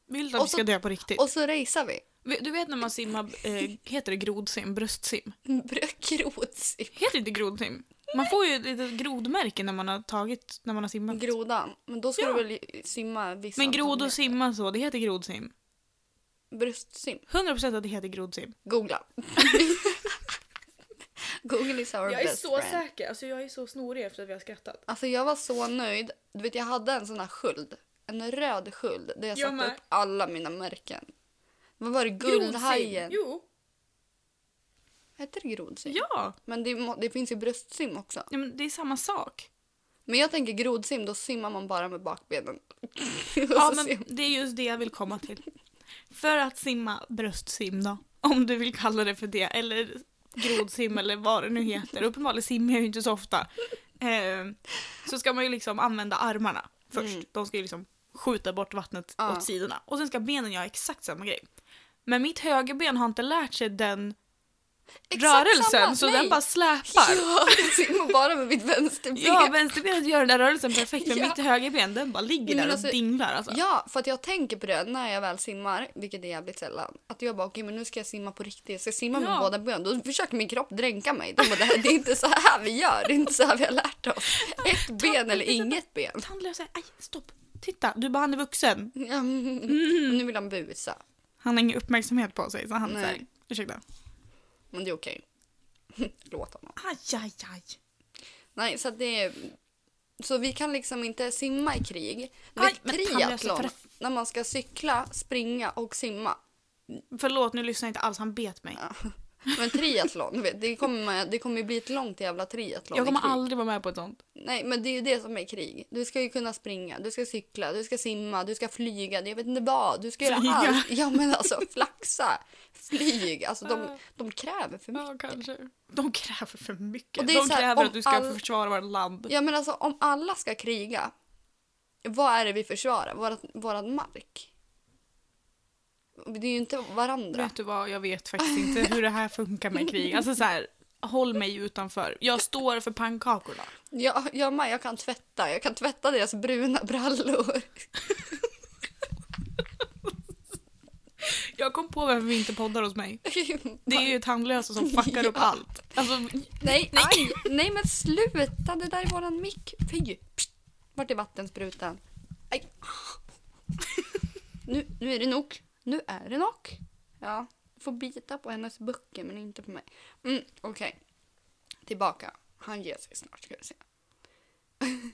[SPEAKER 2] Vill du att
[SPEAKER 1] Och
[SPEAKER 2] vi
[SPEAKER 1] så-
[SPEAKER 2] ska dö på riktigt?
[SPEAKER 1] Och så racear vi.
[SPEAKER 2] Vet- Du vet när man simmar, eh, heter det grodsim, bröstsim?
[SPEAKER 1] Mm, Brökrotsim.
[SPEAKER 2] Heter det inte grodsim? Man får ju ett litet grodmärke när man har tagit, när man har simmat.
[SPEAKER 1] Grodan. Men då ska
[SPEAKER 2] Ja.
[SPEAKER 1] du väl simma vissa
[SPEAKER 2] Men grod och
[SPEAKER 1] antal
[SPEAKER 2] simma så, det heter grodsim.
[SPEAKER 1] meter. Bröstsim.
[SPEAKER 2] 100% att det heter grodsim.
[SPEAKER 1] Googla. Google is our best friend.
[SPEAKER 2] säker, alltså jag är så snorig efter att vi har skrattat.
[SPEAKER 1] Alltså jag var så nöjd. Du vet jag hade en sån här sköld. En röd sköld där jag
[SPEAKER 2] Jag
[SPEAKER 1] satte
[SPEAKER 2] med.
[SPEAKER 1] upp alla mina märken. Vad var det? Guldhajen?
[SPEAKER 2] Jo.
[SPEAKER 1] Hette det grodsim?
[SPEAKER 2] Ja.
[SPEAKER 1] Men det, må- det finns ju bröstsim också.
[SPEAKER 2] ja men det är samma sak.
[SPEAKER 1] Men jag tänker grodsim, då simmar man bara med bakbenen. Och
[SPEAKER 2] Ja,
[SPEAKER 1] så
[SPEAKER 2] men
[SPEAKER 1] simmar-
[SPEAKER 2] det är just det jag vill komma till. För att simma bröstsim då, om du vill kalla det för det, eller grodsim eller vad det nu heter. Uppenbarligen simmar jag ju inte så ofta. Eh, så ska man ju liksom använda armarna först.
[SPEAKER 1] Mm.
[SPEAKER 2] De ska ju liksom skjuta bort vattnet
[SPEAKER 1] Ja.
[SPEAKER 2] åt sidorna. Och sen ska benen göra exakt samma grej. Men mitt högerben har inte lärt sig den
[SPEAKER 1] Exakt
[SPEAKER 2] rörelsen,
[SPEAKER 1] samma,
[SPEAKER 2] så
[SPEAKER 1] nej.
[SPEAKER 2] den bara släpar.
[SPEAKER 1] Ja, jag simmar bara med mitt vänsterben.
[SPEAKER 2] Ja, vänsterbenet gör den där rörelsen perfekt men
[SPEAKER 1] Ja.
[SPEAKER 2] mitt högerben den bara ligger
[SPEAKER 1] Men
[SPEAKER 2] där
[SPEAKER 1] alltså-
[SPEAKER 2] och dinglar alltså.
[SPEAKER 1] Ja, för att jag tänker på det när jag väl simmar, vilket är jävligt sällan. Att jag bara okej men nu ska jag simma på riktigt, jag ska simma med
[SPEAKER 2] Ja.
[SPEAKER 1] båda benen. Då försöker min kropp dränka mig. De bara, det, här, det är inte så här vi gör, det är inte så här vi har lärt oss. Ett ben eller inget ben.
[SPEAKER 2] Tandlösa, aj stopp. Titta, du bara han är vuxen.
[SPEAKER 1] Mm. Nu vill han busa,
[SPEAKER 2] Han har ingen uppmärksamhet på sig så han
[SPEAKER 1] Nej.
[SPEAKER 2] säger ursäkta.
[SPEAKER 1] men det är okej. Låt honom.
[SPEAKER 2] Aj, aj, aj.
[SPEAKER 1] Nej, så att det är... Så vi kan liksom inte simma i krig. Du
[SPEAKER 2] Aj,
[SPEAKER 1] vet,
[SPEAKER 2] men alltså,
[SPEAKER 1] triathlon,
[SPEAKER 2] tandlösa
[SPEAKER 1] när man ska cykla, springa och simma.
[SPEAKER 2] Förlåt, nu lyssnar jag inte alls, han bet mig.
[SPEAKER 1] Men triathlon, du vet, det kommer, man- det kommer ju bli ett långt jävla triathlon
[SPEAKER 2] jag
[SPEAKER 1] i
[SPEAKER 2] kommer
[SPEAKER 1] krig.
[SPEAKER 2] aldrig vara med på ett sånt.
[SPEAKER 1] Nej, men det är ju det som är krig. Du ska ju kunna springa, du ska cykla, du ska simma, du ska flyga, jag vet inte vad. Du ska göra
[SPEAKER 2] Flyga.
[SPEAKER 1] allt. Ja, men alltså flaxa, flyg. Alltså de, de kräver för mycket.
[SPEAKER 2] kanske. De kräver för mycket.
[SPEAKER 1] Och det är
[SPEAKER 2] De
[SPEAKER 1] så här,
[SPEAKER 2] kräver
[SPEAKER 1] om
[SPEAKER 2] att du ska
[SPEAKER 1] all-
[SPEAKER 2] försvara vårt land.
[SPEAKER 1] Ja, men alltså om alla ska kriga, vad är det vi försvarar? Vårat, våran mark? Det är ju inte varandra.
[SPEAKER 2] Vet du vad, jag vet faktiskt inte hur det här funkar med krig. Alltså så här, håll mig utanför. Jag står för pannkakorna.
[SPEAKER 1] Jag, jag med, jag kan tvätta. Jag kan tvätta deras bruna brallor.
[SPEAKER 2] Jag kom på varför vi inte poddar hos mig. Det är ju tandlösa som fuckar upp
[SPEAKER 1] Ja.
[SPEAKER 2] allt. Alltså,
[SPEAKER 1] Nej, nej. Aj, nej men sluta! Det där är våran mick. Fy! Pst. Vart är vattensprutan? Aj. Nu, nu är det nog. Nu är det nog. Ja, du får bita på hennes böcker men inte på mig. Mm, Okej. Tillbaka. Han ger sig snart ska du se.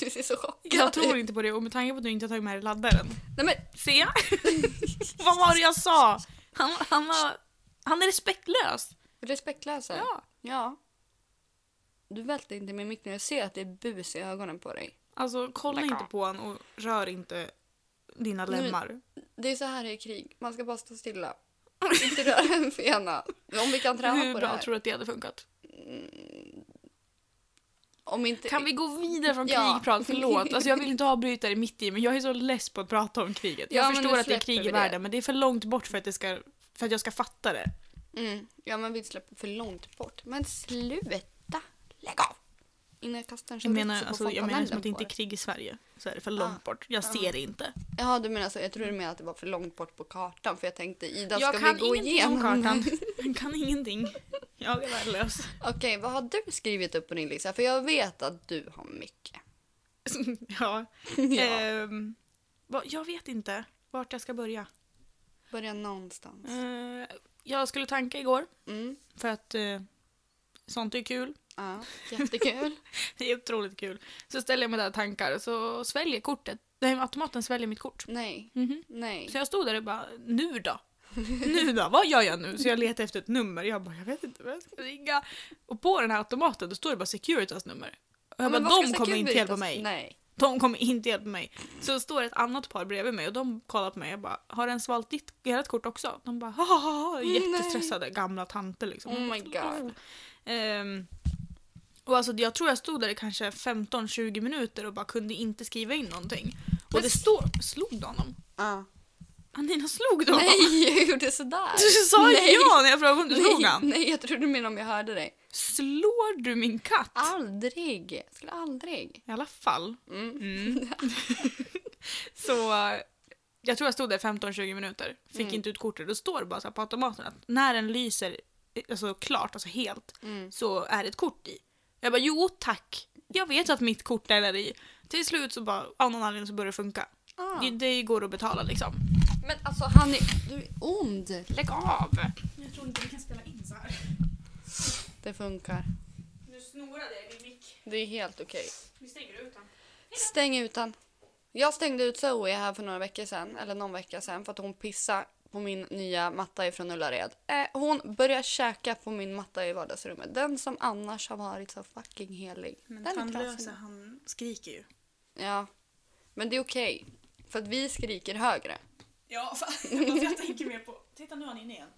[SPEAKER 1] Du ser så chockad
[SPEAKER 2] jag tror
[SPEAKER 1] ut.
[SPEAKER 2] inte på det och med tanke på att du inte har tagit med dig laddaren.
[SPEAKER 1] Nej men
[SPEAKER 2] Se! Vad var det jag sa? Han, han, var, han är respektlös.
[SPEAKER 1] respektlösa.
[SPEAKER 2] Ja.
[SPEAKER 1] ja. du välter inte min mick nu. Jag ser att det är bus i ögonen på dig.
[SPEAKER 2] Alltså kolla
[SPEAKER 1] Lägg av.
[SPEAKER 2] inte på honom och rör inte dina
[SPEAKER 1] Nu-
[SPEAKER 2] lemmar.
[SPEAKER 1] Det är så här i krig. Man ska bara stå stilla. Inte röra en fena. Om vi kan träna
[SPEAKER 2] Hur
[SPEAKER 1] på det
[SPEAKER 2] bra
[SPEAKER 1] här.
[SPEAKER 2] tror du att det hade funkat?
[SPEAKER 1] Om inte...
[SPEAKER 2] Kan vi gå vidare från
[SPEAKER 1] Ja.
[SPEAKER 2] krigprat? Förlåt, alltså jag vill inte avbryta dig mitt i men jag är så less på att prata om kriget.
[SPEAKER 1] Ja,
[SPEAKER 2] Jag
[SPEAKER 1] men
[SPEAKER 2] förstår
[SPEAKER 1] nu
[SPEAKER 2] att det är
[SPEAKER 1] släpper
[SPEAKER 2] krig
[SPEAKER 1] vi det.
[SPEAKER 2] i världen men det är för långt bort för att, det ska, för att jag ska fatta det.
[SPEAKER 1] Mm. Ja, men vi släpper för långt bort. Men sluta! Lägg av! Innan jag kastar en
[SPEAKER 2] Jag
[SPEAKER 1] chorizo
[SPEAKER 2] menar,
[SPEAKER 1] på
[SPEAKER 2] alltså, jag menar
[SPEAKER 1] fontanellen
[SPEAKER 2] som att det
[SPEAKER 1] på
[SPEAKER 2] inte är
[SPEAKER 1] dig.
[SPEAKER 2] krig i Sverige. Så är det för långt bort. Jag ser det inte.
[SPEAKER 1] Jaha, du menar så. Jag tror du menar att det var för långt bort på kartan. För jag tänkte, Ida,
[SPEAKER 2] jag
[SPEAKER 1] ska
[SPEAKER 2] kan
[SPEAKER 1] vi gå
[SPEAKER 2] ingenting
[SPEAKER 1] igenom?
[SPEAKER 2] om kartan. Jag kan ingenting. Jag är värdelös.
[SPEAKER 1] Okej, vad har du skrivit upp på din lista? För jag vet att du har mycket.
[SPEAKER 2] ja.
[SPEAKER 1] Ja.
[SPEAKER 2] Ehm, vad- jag vet inte vart jag ska börja.
[SPEAKER 1] Börja någonstans.
[SPEAKER 2] Eh, jag skulle tanka igår
[SPEAKER 1] Mm.
[SPEAKER 2] för att eh, sånt är kul.
[SPEAKER 1] Ja, jättekul.
[SPEAKER 2] Det är otroligt kul. Så ställer jag mig där och tankar så sväljer kortet. Nej, automaten sväljer mitt kort.
[SPEAKER 1] Nej,
[SPEAKER 2] Mhm.
[SPEAKER 1] nej.
[SPEAKER 2] Så jag stod där och bara, nu då? Nu då? Vad gör jag nu? Så jag letade efter ett nummer. Jag bara, jag vet inte vad jag ska ringa. Och på den här automaten då står det bara Securitas nummer. Och
[SPEAKER 1] Ja,
[SPEAKER 2] jag
[SPEAKER 1] men
[SPEAKER 2] bara,
[SPEAKER 1] vad
[SPEAKER 2] de
[SPEAKER 1] ska
[SPEAKER 2] kommer inte
[SPEAKER 1] Securitas-
[SPEAKER 2] hjälpa mig.
[SPEAKER 1] Nej.
[SPEAKER 2] De kommer inte hjälpa mig. Så står det ett annat par bredvid mig och de kollar på mig och bara “Har den svalt ditt, ert kort också?” De bara "Ha, ha, ha, ha", jättestressade gamla tanter liksom.
[SPEAKER 1] Oh my god.
[SPEAKER 2] Ehm, och alltså jag tror jag stod där i kanske 15-20 minuter och bara kunde inte skriva in någonting. Och
[SPEAKER 1] Men
[SPEAKER 2] det
[SPEAKER 1] s-
[SPEAKER 2] står... Slog du honom?
[SPEAKER 1] Ja.
[SPEAKER 2] Anina slog du honom?
[SPEAKER 1] Nej, jag gjorde sådär.
[SPEAKER 2] Du sa
[SPEAKER 1] Nej.
[SPEAKER 2] ja när jag frågade om du slog
[SPEAKER 1] Nej,
[SPEAKER 2] han.
[SPEAKER 1] nej, jag trodde du menade om jag hörde dig.
[SPEAKER 2] Slår du min katt?
[SPEAKER 1] Aldrig. Jag skulle aldrig.
[SPEAKER 2] I alla fall.
[SPEAKER 1] Mm.
[SPEAKER 2] Mm. så eh, jag tror jag stod där 15-20 minuter, fick
[SPEAKER 1] Mm.
[SPEAKER 2] inte ut kortet. Då står det bara så här på automaten att när den lyser eh, alltså klart, alltså helt,
[SPEAKER 1] Mm.
[SPEAKER 2] så är det ett kort i. Jag bara jo tack, jag vet att mitt kort är där i. Till slut så bara av någon anledning så börjar det funka.
[SPEAKER 1] Ah.
[SPEAKER 2] Det, det går att betala liksom.
[SPEAKER 1] Men alltså han är... Du är ond.
[SPEAKER 2] Lägg av! Jag tror inte vi kan spela in så här.
[SPEAKER 1] Det funkar.
[SPEAKER 2] Nu snorade jag i min mick.
[SPEAKER 1] Det är helt okej.
[SPEAKER 2] Vi stänger ut den.
[SPEAKER 1] Stäng ut den. Jag stängde ut Zoe här för några veckor sedan, eller någon vecka sedan, för att hon pissade på min nya matta ifrån Ullared. Eh, hon börjar käka på min matta i vardagsrummet. Den som annars har varit så fucking helig. den är trasig.
[SPEAKER 2] han skriker ju.
[SPEAKER 1] Ja. Men det är okej. För att vi skriker högre.
[SPEAKER 2] Ja, jag tänker mer på... Titta nu är han inne igen.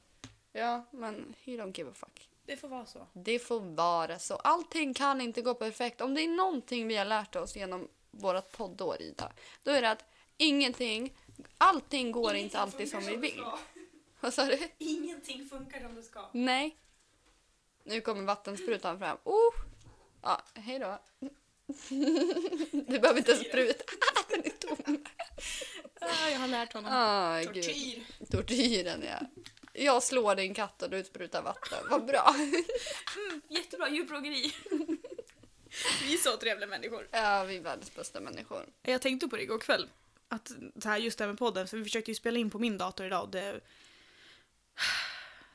[SPEAKER 1] Ja, men he don't give a fuck.
[SPEAKER 2] Det får vara så.
[SPEAKER 1] Det får vara så. Allting kan inte gå perfekt. Om det är någonting vi har lärt oss genom vårt poddår, Ida, då är det att ingenting, allting går inte alltid som vi vill. Vad sa du?
[SPEAKER 2] Ingenting funkar som det ska.
[SPEAKER 1] Nej. Nu kommer vattensprutan fram. Oh! Ja, hej då. Du behöver inte spruta. Den är tom.
[SPEAKER 2] jag har lärt honom.
[SPEAKER 1] Ah, gud. Tortyren, ja. Jag slår din katt och du sprutar vatten. Vad bra.
[SPEAKER 2] Jättebra, djurplågeri. Vi är så trevliga människor.
[SPEAKER 1] Ja, vi är världens bästa människor.
[SPEAKER 2] Jag tänkte på det igår kväll. Att så här, just det här med podden, för vi försökte ju spela in på min dator idag och det...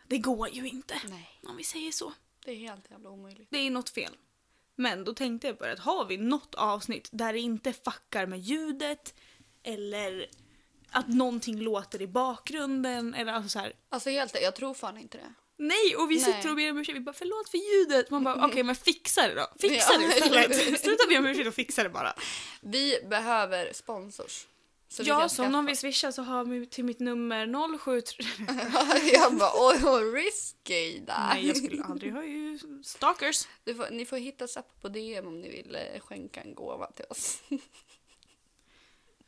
[SPEAKER 2] Det går ju inte.
[SPEAKER 1] Nej,
[SPEAKER 2] Om vi säger så.
[SPEAKER 1] det är helt jävla omöjligt.
[SPEAKER 2] Det är något fel. Men då tänkte jag på det att har vi något avsnitt där det inte fuckar med ljudet eller att någonting låter i bakgrunden eller alltså så här.
[SPEAKER 1] Alltså helt jag tror fan inte det.
[SPEAKER 2] Nej, och vi
[SPEAKER 1] Nej.
[SPEAKER 2] sitter och ber om ursäkt. Vi bara förlåt för ljudet. Man bara okej men fixa det då. Fixa det
[SPEAKER 1] Ja.
[SPEAKER 2] istället. Sluta be om ursäkt och fixa det bara. Så
[SPEAKER 1] Vi behöver sponsors. Så vi
[SPEAKER 2] ja,
[SPEAKER 1] kan
[SPEAKER 2] så om
[SPEAKER 1] skaffa-
[SPEAKER 2] någon vill swisha så har vi till mitt nummer 073...
[SPEAKER 1] jag bara, oj, vad risky där.
[SPEAKER 2] Nej jag skulle aldrig ha ju stalkers.
[SPEAKER 1] Du får, ni får hitta oss upp på DM om ni vill eh, skänka en gåva till oss.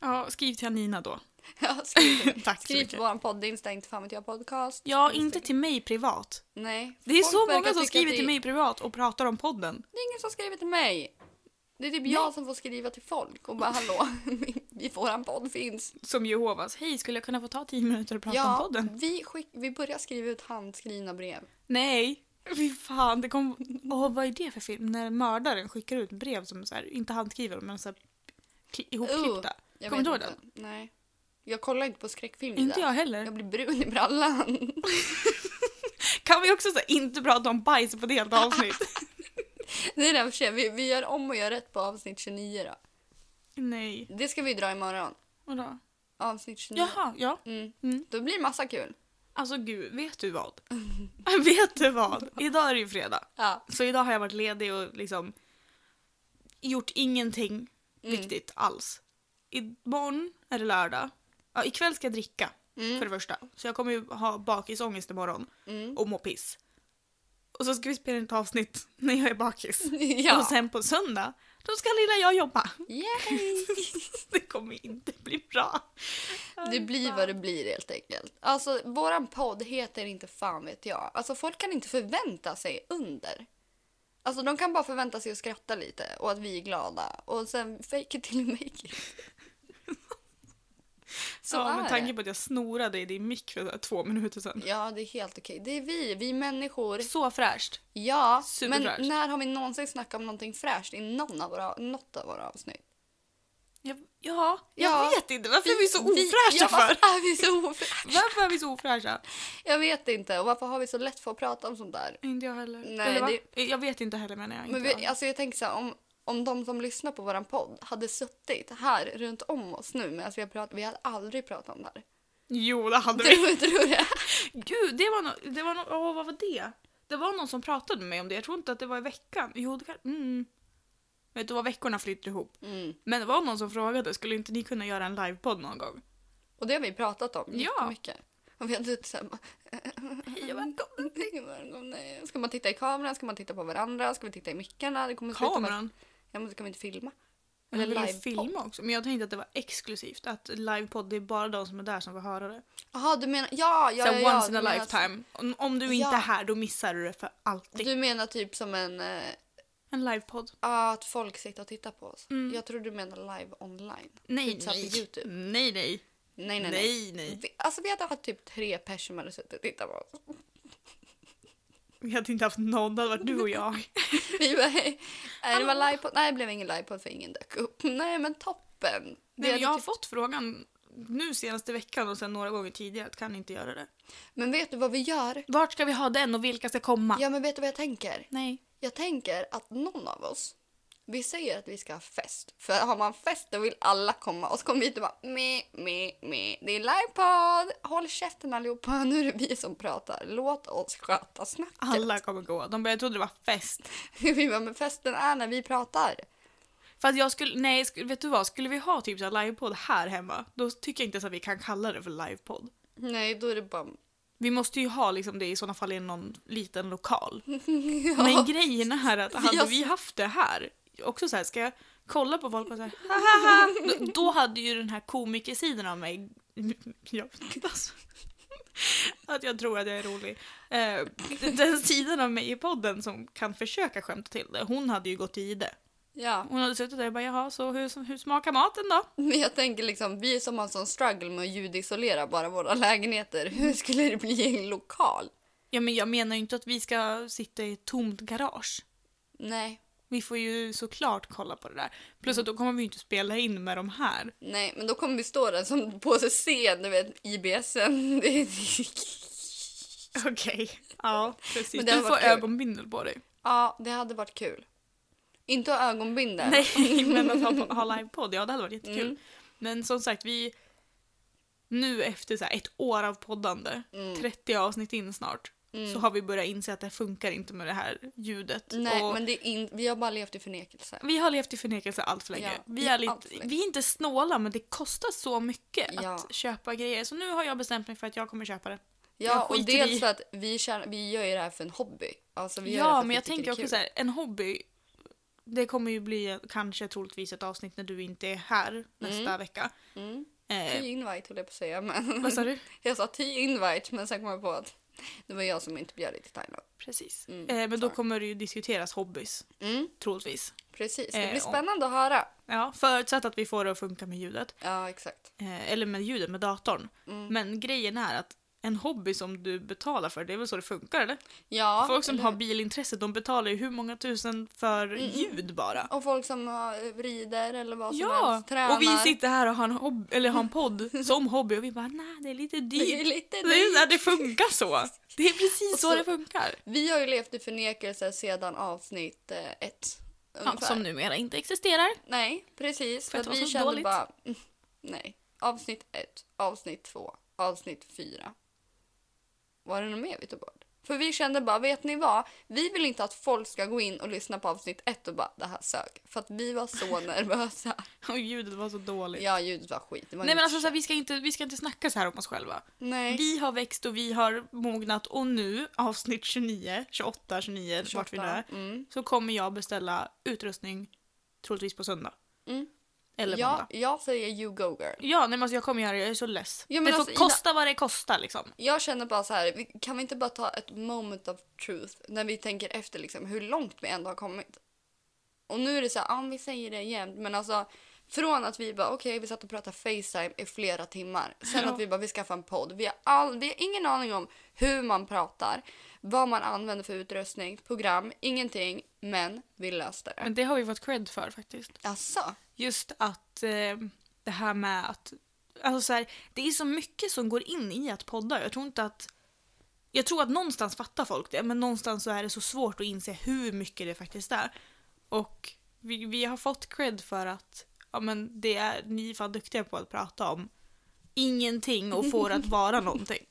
[SPEAKER 2] Ja, skriv till Anina då.
[SPEAKER 1] Ja, skriv till-
[SPEAKER 2] Tack så
[SPEAKER 1] skriv på
[SPEAKER 2] mycket.
[SPEAKER 1] vår podd, Insta, inte fan vet jag podcast.
[SPEAKER 2] Ja,
[SPEAKER 1] Insta-
[SPEAKER 2] inte till mig privat.
[SPEAKER 1] Nej.
[SPEAKER 2] Det är
[SPEAKER 1] folk
[SPEAKER 2] så
[SPEAKER 1] verkar
[SPEAKER 2] många som
[SPEAKER 1] tycka
[SPEAKER 2] skriver
[SPEAKER 1] att
[SPEAKER 2] till
[SPEAKER 1] det-
[SPEAKER 2] mig privat och pratar om podden.
[SPEAKER 1] Det är ingen som skriver till mig. Det är typ jag som får skriva till folk och bara hallå, vi, våran podd finns.
[SPEAKER 2] Som Jehovas. Hej, skulle jag kunna få ta tio minuter och prata om
[SPEAKER 1] Ja,
[SPEAKER 2] podden?
[SPEAKER 1] vi, skick, vi börjar skriva ut handskrivna brev.
[SPEAKER 2] Nej. Fy fan, det kom... Åh, vad är det för film? När mördaren skickar ut brev som så här, inte handskrivna men så här, kli- ihopklippta.
[SPEAKER 1] Jag
[SPEAKER 2] Kommer
[SPEAKER 1] vet
[SPEAKER 2] du ihåg
[SPEAKER 1] inte. Nej. Jag kollar inte på skräckfilm
[SPEAKER 2] inte
[SPEAKER 1] Ida.
[SPEAKER 2] jag heller.
[SPEAKER 1] Jag blir brun i brallan.
[SPEAKER 2] Kan vi också så här, inte prata om bajs på ett helt avsnitt?
[SPEAKER 1] Det är den för sig. vi, vi gör om och gör rätt på avsnitt 29 då.
[SPEAKER 2] Nej.
[SPEAKER 1] Det ska vi dra imorgon.
[SPEAKER 2] Vadå?
[SPEAKER 1] Avsnitt 29.
[SPEAKER 2] Jaha, ja.
[SPEAKER 1] Mm.
[SPEAKER 2] Mm.
[SPEAKER 1] Då blir det massa kul.
[SPEAKER 2] Alltså gud, vet du vad? vet du vad? Idag är det ju fredag.
[SPEAKER 1] Ja.
[SPEAKER 2] Så idag har jag varit ledig och liksom gjort ingenting
[SPEAKER 1] Mm.
[SPEAKER 2] viktigt alls. Imorgon är det lördag. Ja, ikväll ska jag dricka för det första. Så jag kommer ju ha bakisångest imorgon
[SPEAKER 1] Mm.
[SPEAKER 2] och må piss. Och så ska vi spela in ett avsnitt när jag är bakis. Och
[SPEAKER 1] ja.
[SPEAKER 2] sen på söndag, då ska lilla jag jobba.
[SPEAKER 1] Yay!
[SPEAKER 2] Det kommer inte bli bra.
[SPEAKER 1] Det blir vad det blir helt enkelt. Alltså våran podd heter inte fan vet jag. Alltså folk kan inte förvänta sig under. Alltså de kan bara förvänta sig att skratta lite och att vi är glada och sen fake it till make it. Så
[SPEAKER 2] ja,
[SPEAKER 1] är
[SPEAKER 2] med tanke
[SPEAKER 1] det.
[SPEAKER 2] på att jag snorade i din mick för så här två minuter sedan.
[SPEAKER 1] Ja, det är helt okej. Det är vi, vi människor.
[SPEAKER 2] Så fräscht.
[SPEAKER 1] Ja, men
[SPEAKER 2] Superfräscht.
[SPEAKER 1] när har vi någonsin snackat om någonting fräscht i någon av våra, något av våra avsnitt?
[SPEAKER 2] Ja, ja,
[SPEAKER 1] Ja.
[SPEAKER 2] jag vet inte. Varför är vi så ofräscha
[SPEAKER 1] ja,
[SPEAKER 2] för?
[SPEAKER 1] varför är vi så ofräscha?
[SPEAKER 2] Varför är vi så ofräscha?
[SPEAKER 1] Jag vet inte. Och varför har vi så lätt för att prata om sånt där?
[SPEAKER 2] Inte jag heller.
[SPEAKER 1] Nej,
[SPEAKER 2] Eller va? Jag vet inte heller menar jag. Inte
[SPEAKER 1] Men vi, alltså jag tänker så här, om, om de som lyssnar på våran podd hade suttit här runt om oss nu medan vi har pratat, vi hade aldrig pratat om det här.
[SPEAKER 2] Jo, det hade vi.
[SPEAKER 1] Tror, tror jag.
[SPEAKER 2] Gud, det var nog... Det var nog åh, vad var det? Det var någon som pratade med mig om det. Jag tror inte att det var i veckan. Jo, det kan, mm. Vet du vad veckorna flyter ihop.
[SPEAKER 1] Mm.
[SPEAKER 2] Men det var någon som frågade, skulle inte ni kunna göra en livepodd någon gång?
[SPEAKER 1] Och det har vi pratat om
[SPEAKER 2] Ja.
[SPEAKER 1] jättemycket. Och vi har suttit så här, bara,
[SPEAKER 2] Hej och välkommen.
[SPEAKER 1] nej. Ska man titta i kameran? Ska man titta på varandra? Ska vi titta i mickarna? Det kommer sluta med-
[SPEAKER 2] Kameran.
[SPEAKER 1] Ja, men ska vi inte filma?
[SPEAKER 2] Eller
[SPEAKER 1] Eller
[SPEAKER 2] live
[SPEAKER 1] livepodd.
[SPEAKER 2] filma också. Men jag tänkte att det var exklusivt. Att livepodd, det är bara de som är där som får höra det.
[SPEAKER 1] Jaha, du menar... Ja, ja,
[SPEAKER 2] Så
[SPEAKER 1] ja,
[SPEAKER 2] här,
[SPEAKER 1] ja.
[SPEAKER 2] once
[SPEAKER 1] du
[SPEAKER 2] in a
[SPEAKER 1] menar-
[SPEAKER 2] lifetime. Om, om du inte
[SPEAKER 1] Ja.
[SPEAKER 2] är här, då missar du det för alltid.
[SPEAKER 1] Du menar typ som en... eh, ah,
[SPEAKER 2] En livepodd.
[SPEAKER 1] att folk sitter och tittar på oss.
[SPEAKER 2] Mm.
[SPEAKER 1] Jag tror du menar live online.
[SPEAKER 2] Nej,
[SPEAKER 1] Typ så här på
[SPEAKER 2] nej.
[SPEAKER 1] YouTube.
[SPEAKER 2] nej, nej.
[SPEAKER 1] Nej, nej, nej.
[SPEAKER 2] Nej, nej.
[SPEAKER 1] Vi, alltså vi hade haft typ tre personer som hade suttit och tittat på oss.
[SPEAKER 2] Vi hade inte haft någon, det hade varit du och jag.
[SPEAKER 1] Vi bara, hej. Nej, det var livepodd. Nej, det blev ingen livepodd för ingen dök upp. Nej, men toppen. Vi
[SPEAKER 2] Nej, men
[SPEAKER 1] hade
[SPEAKER 2] jag har
[SPEAKER 1] typ-
[SPEAKER 2] fått frågan nu senaste veckan och sen några gånger tidigare att kan ni inte göra det.
[SPEAKER 1] Men vet du vad vi gör?
[SPEAKER 2] Vart ska vi ha den och vilka ska komma?
[SPEAKER 1] Ja, men vet du vad jag tänker?
[SPEAKER 2] Nej.
[SPEAKER 1] Jag tänker att någon av oss, vi säger att vi ska ha fest. För har man fest då vill alla komma. Och så kommer vi hit och bara me, me, me. Det är livepodd! Håll käften allihopa, nu är det vi som pratar. Låt oss sköta snacket.
[SPEAKER 2] Alla kommer gå. De bara, jag trodde det var fest.
[SPEAKER 1] vi bara, men festen är när vi pratar.
[SPEAKER 2] För att jag skulle, nej, sk- vet du vad? Skulle vi ha typ så här livepodd här hemma, då tycker jag inte så att vi kan kalla det för livepodd.
[SPEAKER 1] Nej, då är det bara
[SPEAKER 2] Vi måste ju ha liksom det i sådana fall i någon liten lokal. Men grejen är att hade
[SPEAKER 1] Jag-
[SPEAKER 2] vi haft det här, också så här, ska jag kolla på folk och säga haha, då, då hade ju den här komikersidan av mig, ja, alltså, att jag tror att jag är rolig, eh, den sidan av mig i podden som kan försöka skämta till det, hon hade ju gått i det.
[SPEAKER 1] Ja,
[SPEAKER 2] Hon hade suttit där och bara jaha, så hur, hur smakar maten då?
[SPEAKER 1] men jag tänker liksom, vi som har sån struggle med att ljudisolera bara våra lägenheter, hur skulle det bli i en lokal?
[SPEAKER 2] Ja men jag menar ju inte att vi ska sitta i ett tomt garage.
[SPEAKER 1] Nej,
[SPEAKER 2] Vi får ju såklart kolla på det där. Plus
[SPEAKER 1] Mm.
[SPEAKER 2] att då kommer vi ju inte spela in med de här.
[SPEAKER 1] nej, men då kommer vi stå där som på sig scen, du vet, IBSen. Det är-
[SPEAKER 2] Okej. Ja, precis.
[SPEAKER 1] Men det
[SPEAKER 2] du
[SPEAKER 1] hade
[SPEAKER 2] får
[SPEAKER 1] varit kul.
[SPEAKER 2] ögonbindel på dig.
[SPEAKER 1] ja, det hade varit kul. Inte ha ögonbindel.
[SPEAKER 2] Nej, men att ha, på- ha livepodd, ja det hade varit jättekul.
[SPEAKER 1] Mm.
[SPEAKER 2] Men som sagt, vi... Nu efter så här ett år av poddande,
[SPEAKER 1] Mm.
[SPEAKER 2] 30 avsnitt in snart, så har vi börjat inse att det funkar inte med det här ljudet.
[SPEAKER 1] Nej,
[SPEAKER 2] Och
[SPEAKER 1] men det är in, vi har bara levt i förnekelse.
[SPEAKER 2] Vi har levt i förnekelse allt för länge.
[SPEAKER 1] Ja,
[SPEAKER 2] vi, är
[SPEAKER 1] allt
[SPEAKER 2] lite,
[SPEAKER 1] för länge.
[SPEAKER 2] vi är inte snåla, men det kostar så mycket
[SPEAKER 1] Ja.
[SPEAKER 2] att köpa grejer. Så nu har jag bestämt mig för att jag kommer köpa det.
[SPEAKER 1] Ja,
[SPEAKER 2] Jag
[SPEAKER 1] och
[SPEAKER 2] skiter i-
[SPEAKER 1] dels för att vi, tjänar, vi gör ju det här för en hobby. Alltså, vi gör det för
[SPEAKER 2] Ja,
[SPEAKER 1] att
[SPEAKER 2] men
[SPEAKER 1] vi
[SPEAKER 2] jag
[SPEAKER 1] tycker
[SPEAKER 2] tänker
[SPEAKER 1] det är
[SPEAKER 2] också så här, en hobby, det kommer ju bli kanske troligtvis ett avsnitt när du inte är här nästa vecka.
[SPEAKER 1] kul. Mm.
[SPEAKER 2] Eh,
[SPEAKER 1] Ty invite höll jag på att säga, men...
[SPEAKER 2] vad sa du?
[SPEAKER 1] Jag sa tio invite men sen kom jag på att det var jag som inte bjöd dig till Thailand.
[SPEAKER 2] Precis.
[SPEAKER 1] Mm,
[SPEAKER 2] eh, men då
[SPEAKER 1] sorry.
[SPEAKER 2] kommer det ju diskuteras hobbys,
[SPEAKER 1] Mm,
[SPEAKER 2] troligtvis.
[SPEAKER 1] precis, det
[SPEAKER 2] Eh,
[SPEAKER 1] blir
[SPEAKER 2] om-
[SPEAKER 1] spännande att höra.
[SPEAKER 2] Ja, förutsatt att vi får det att funka med ljudet.
[SPEAKER 1] Ja, exakt.
[SPEAKER 2] Eh, eller med ljudet, med datorn.
[SPEAKER 1] Mm.
[SPEAKER 2] Men grejen är att en hobby som du betalar för, det är väl så det funkar eller?
[SPEAKER 1] Ja,
[SPEAKER 2] Folk som
[SPEAKER 1] eller
[SPEAKER 2] har
[SPEAKER 1] hur? Mm,
[SPEAKER 2] bilintresse, de betalar ju hur många tusen för ljud bara.
[SPEAKER 1] Och folk som har rider eller vad som
[SPEAKER 2] Ja,
[SPEAKER 1] helst, tränar.
[SPEAKER 2] och vi sitter här och har en, hob- eller har en podd som hobby och vi bara nej det är lite
[SPEAKER 1] det är
[SPEAKER 2] dyrt.
[SPEAKER 1] lite
[SPEAKER 2] Typ. Det, är så här,
[SPEAKER 1] dyrt.
[SPEAKER 2] det funkar så. Det är precis
[SPEAKER 1] Och
[SPEAKER 2] så,
[SPEAKER 1] så-
[SPEAKER 2] det funkar.
[SPEAKER 1] Vi har ju levt i förnekelse sedan avsnitt eh, ett.
[SPEAKER 2] Ja,
[SPEAKER 1] Ungefär.
[SPEAKER 2] som numera inte existerar.
[SPEAKER 1] Nej, precis. För
[SPEAKER 2] För
[SPEAKER 1] att
[SPEAKER 2] att det var
[SPEAKER 1] vi
[SPEAKER 2] så
[SPEAKER 1] kände
[SPEAKER 2] dåligt.
[SPEAKER 1] bara, mm, nej. Avsnitt ett, avsnitt två, avsnitt fyra. Var det något mer vi tog bort? För vi kände bara, vet ni vad? Vi vill inte att folk ska gå in och lyssna på avsnitt ett och bara det här sög. För att vi var så nervösa.
[SPEAKER 2] Och ljudet var så dåligt.
[SPEAKER 1] Ja, ljudet var skit. Det var
[SPEAKER 2] Nej men
[SPEAKER 1] inget-
[SPEAKER 2] alltså så här, vi, ska inte, vi ska inte snacka så här om oss själva.
[SPEAKER 1] Nej.
[SPEAKER 2] Vi har växt och vi har mognat och nu, avsnitt 29, 28, 29, vart vi nu är,
[SPEAKER 1] Mm.
[SPEAKER 2] så kommer jag beställa utrustning troligtvis på söndag.
[SPEAKER 1] Mm.
[SPEAKER 2] Eller på
[SPEAKER 1] Ja,
[SPEAKER 2] måndag.
[SPEAKER 1] jag säger you go girl.
[SPEAKER 2] Ja, nej, men alltså jag kommer göra det, jag är så less.
[SPEAKER 1] Ja, men
[SPEAKER 2] det får
[SPEAKER 1] alltså, Ida-
[SPEAKER 2] kosta vad det kostar liksom.
[SPEAKER 1] Jag känner bara så här, vi- kan vi inte bara ta ett moment of truth när vi tänker efter liksom hur långt vi ändå har kommit? Och nu är det så här, ja vi säger det jämt, men alltså från att vi bara okej, vi satt och pratade Facetime i flera timmar. Sen
[SPEAKER 2] Ja.
[SPEAKER 1] att vi bara vi skaffar en podd. Vi har, all, vi har ingen aning om hur man pratar, vad man använder för utrustning, program, ingenting. Men vi löste det.
[SPEAKER 2] Men det har vi fått cred för faktiskt.
[SPEAKER 1] Alltså,
[SPEAKER 2] Just att eh, det här med att, alltså så här, det är så mycket som går in i att podda. Jag tror inte att, jag tror att någonstans fattar folk det, men någonstans så är det så svårt att inse hur mycket det faktiskt är. Och vi, vi har fått cred för att, ja men det är, ni är fan duktiga på att prata om ingenting och få det att vara någonting.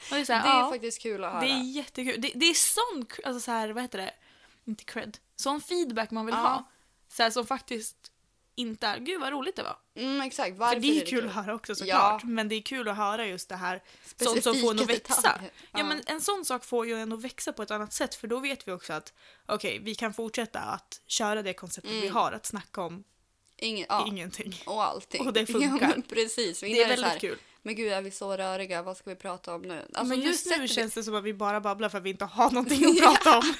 [SPEAKER 2] Och det är, så
[SPEAKER 1] det
[SPEAKER 2] här,
[SPEAKER 1] är
[SPEAKER 2] ja.
[SPEAKER 1] faktiskt kul att höra.
[SPEAKER 2] Det är jättekul. Det, det är sån, cr- alltså så här, vad heter det? Inte cred. Sån feedback man vill
[SPEAKER 1] Ja.
[SPEAKER 2] ha. Så här, som faktiskt inte är, gud vad roligt det var.
[SPEAKER 1] Mm, exakt. Varför
[SPEAKER 2] För det är kul att höra också såklart. Men det är kul att höra just det här, sånt som får en att
[SPEAKER 1] Specifika
[SPEAKER 2] växa.
[SPEAKER 1] detaljer.
[SPEAKER 2] Ja. men en sån sak får ju en att växa på ett annat sätt för då vet vi också att okej, vi kan fortsätta att köra det konceptet vi har, att snacka om
[SPEAKER 1] Ingen, Mm. ja.
[SPEAKER 2] ingenting.
[SPEAKER 1] Och allting.
[SPEAKER 2] Och det funkar.
[SPEAKER 1] Ja, men precis.
[SPEAKER 2] Det är
[SPEAKER 1] så här,
[SPEAKER 2] väldigt kul.
[SPEAKER 1] Men gud, är vi så röriga? Vad ska vi prata om nu? Alltså,
[SPEAKER 2] men
[SPEAKER 1] nu
[SPEAKER 2] just
[SPEAKER 1] sätter
[SPEAKER 2] nu
[SPEAKER 1] vi-
[SPEAKER 2] känns det som att vi bara babblar för att vi inte har någonting att prata om.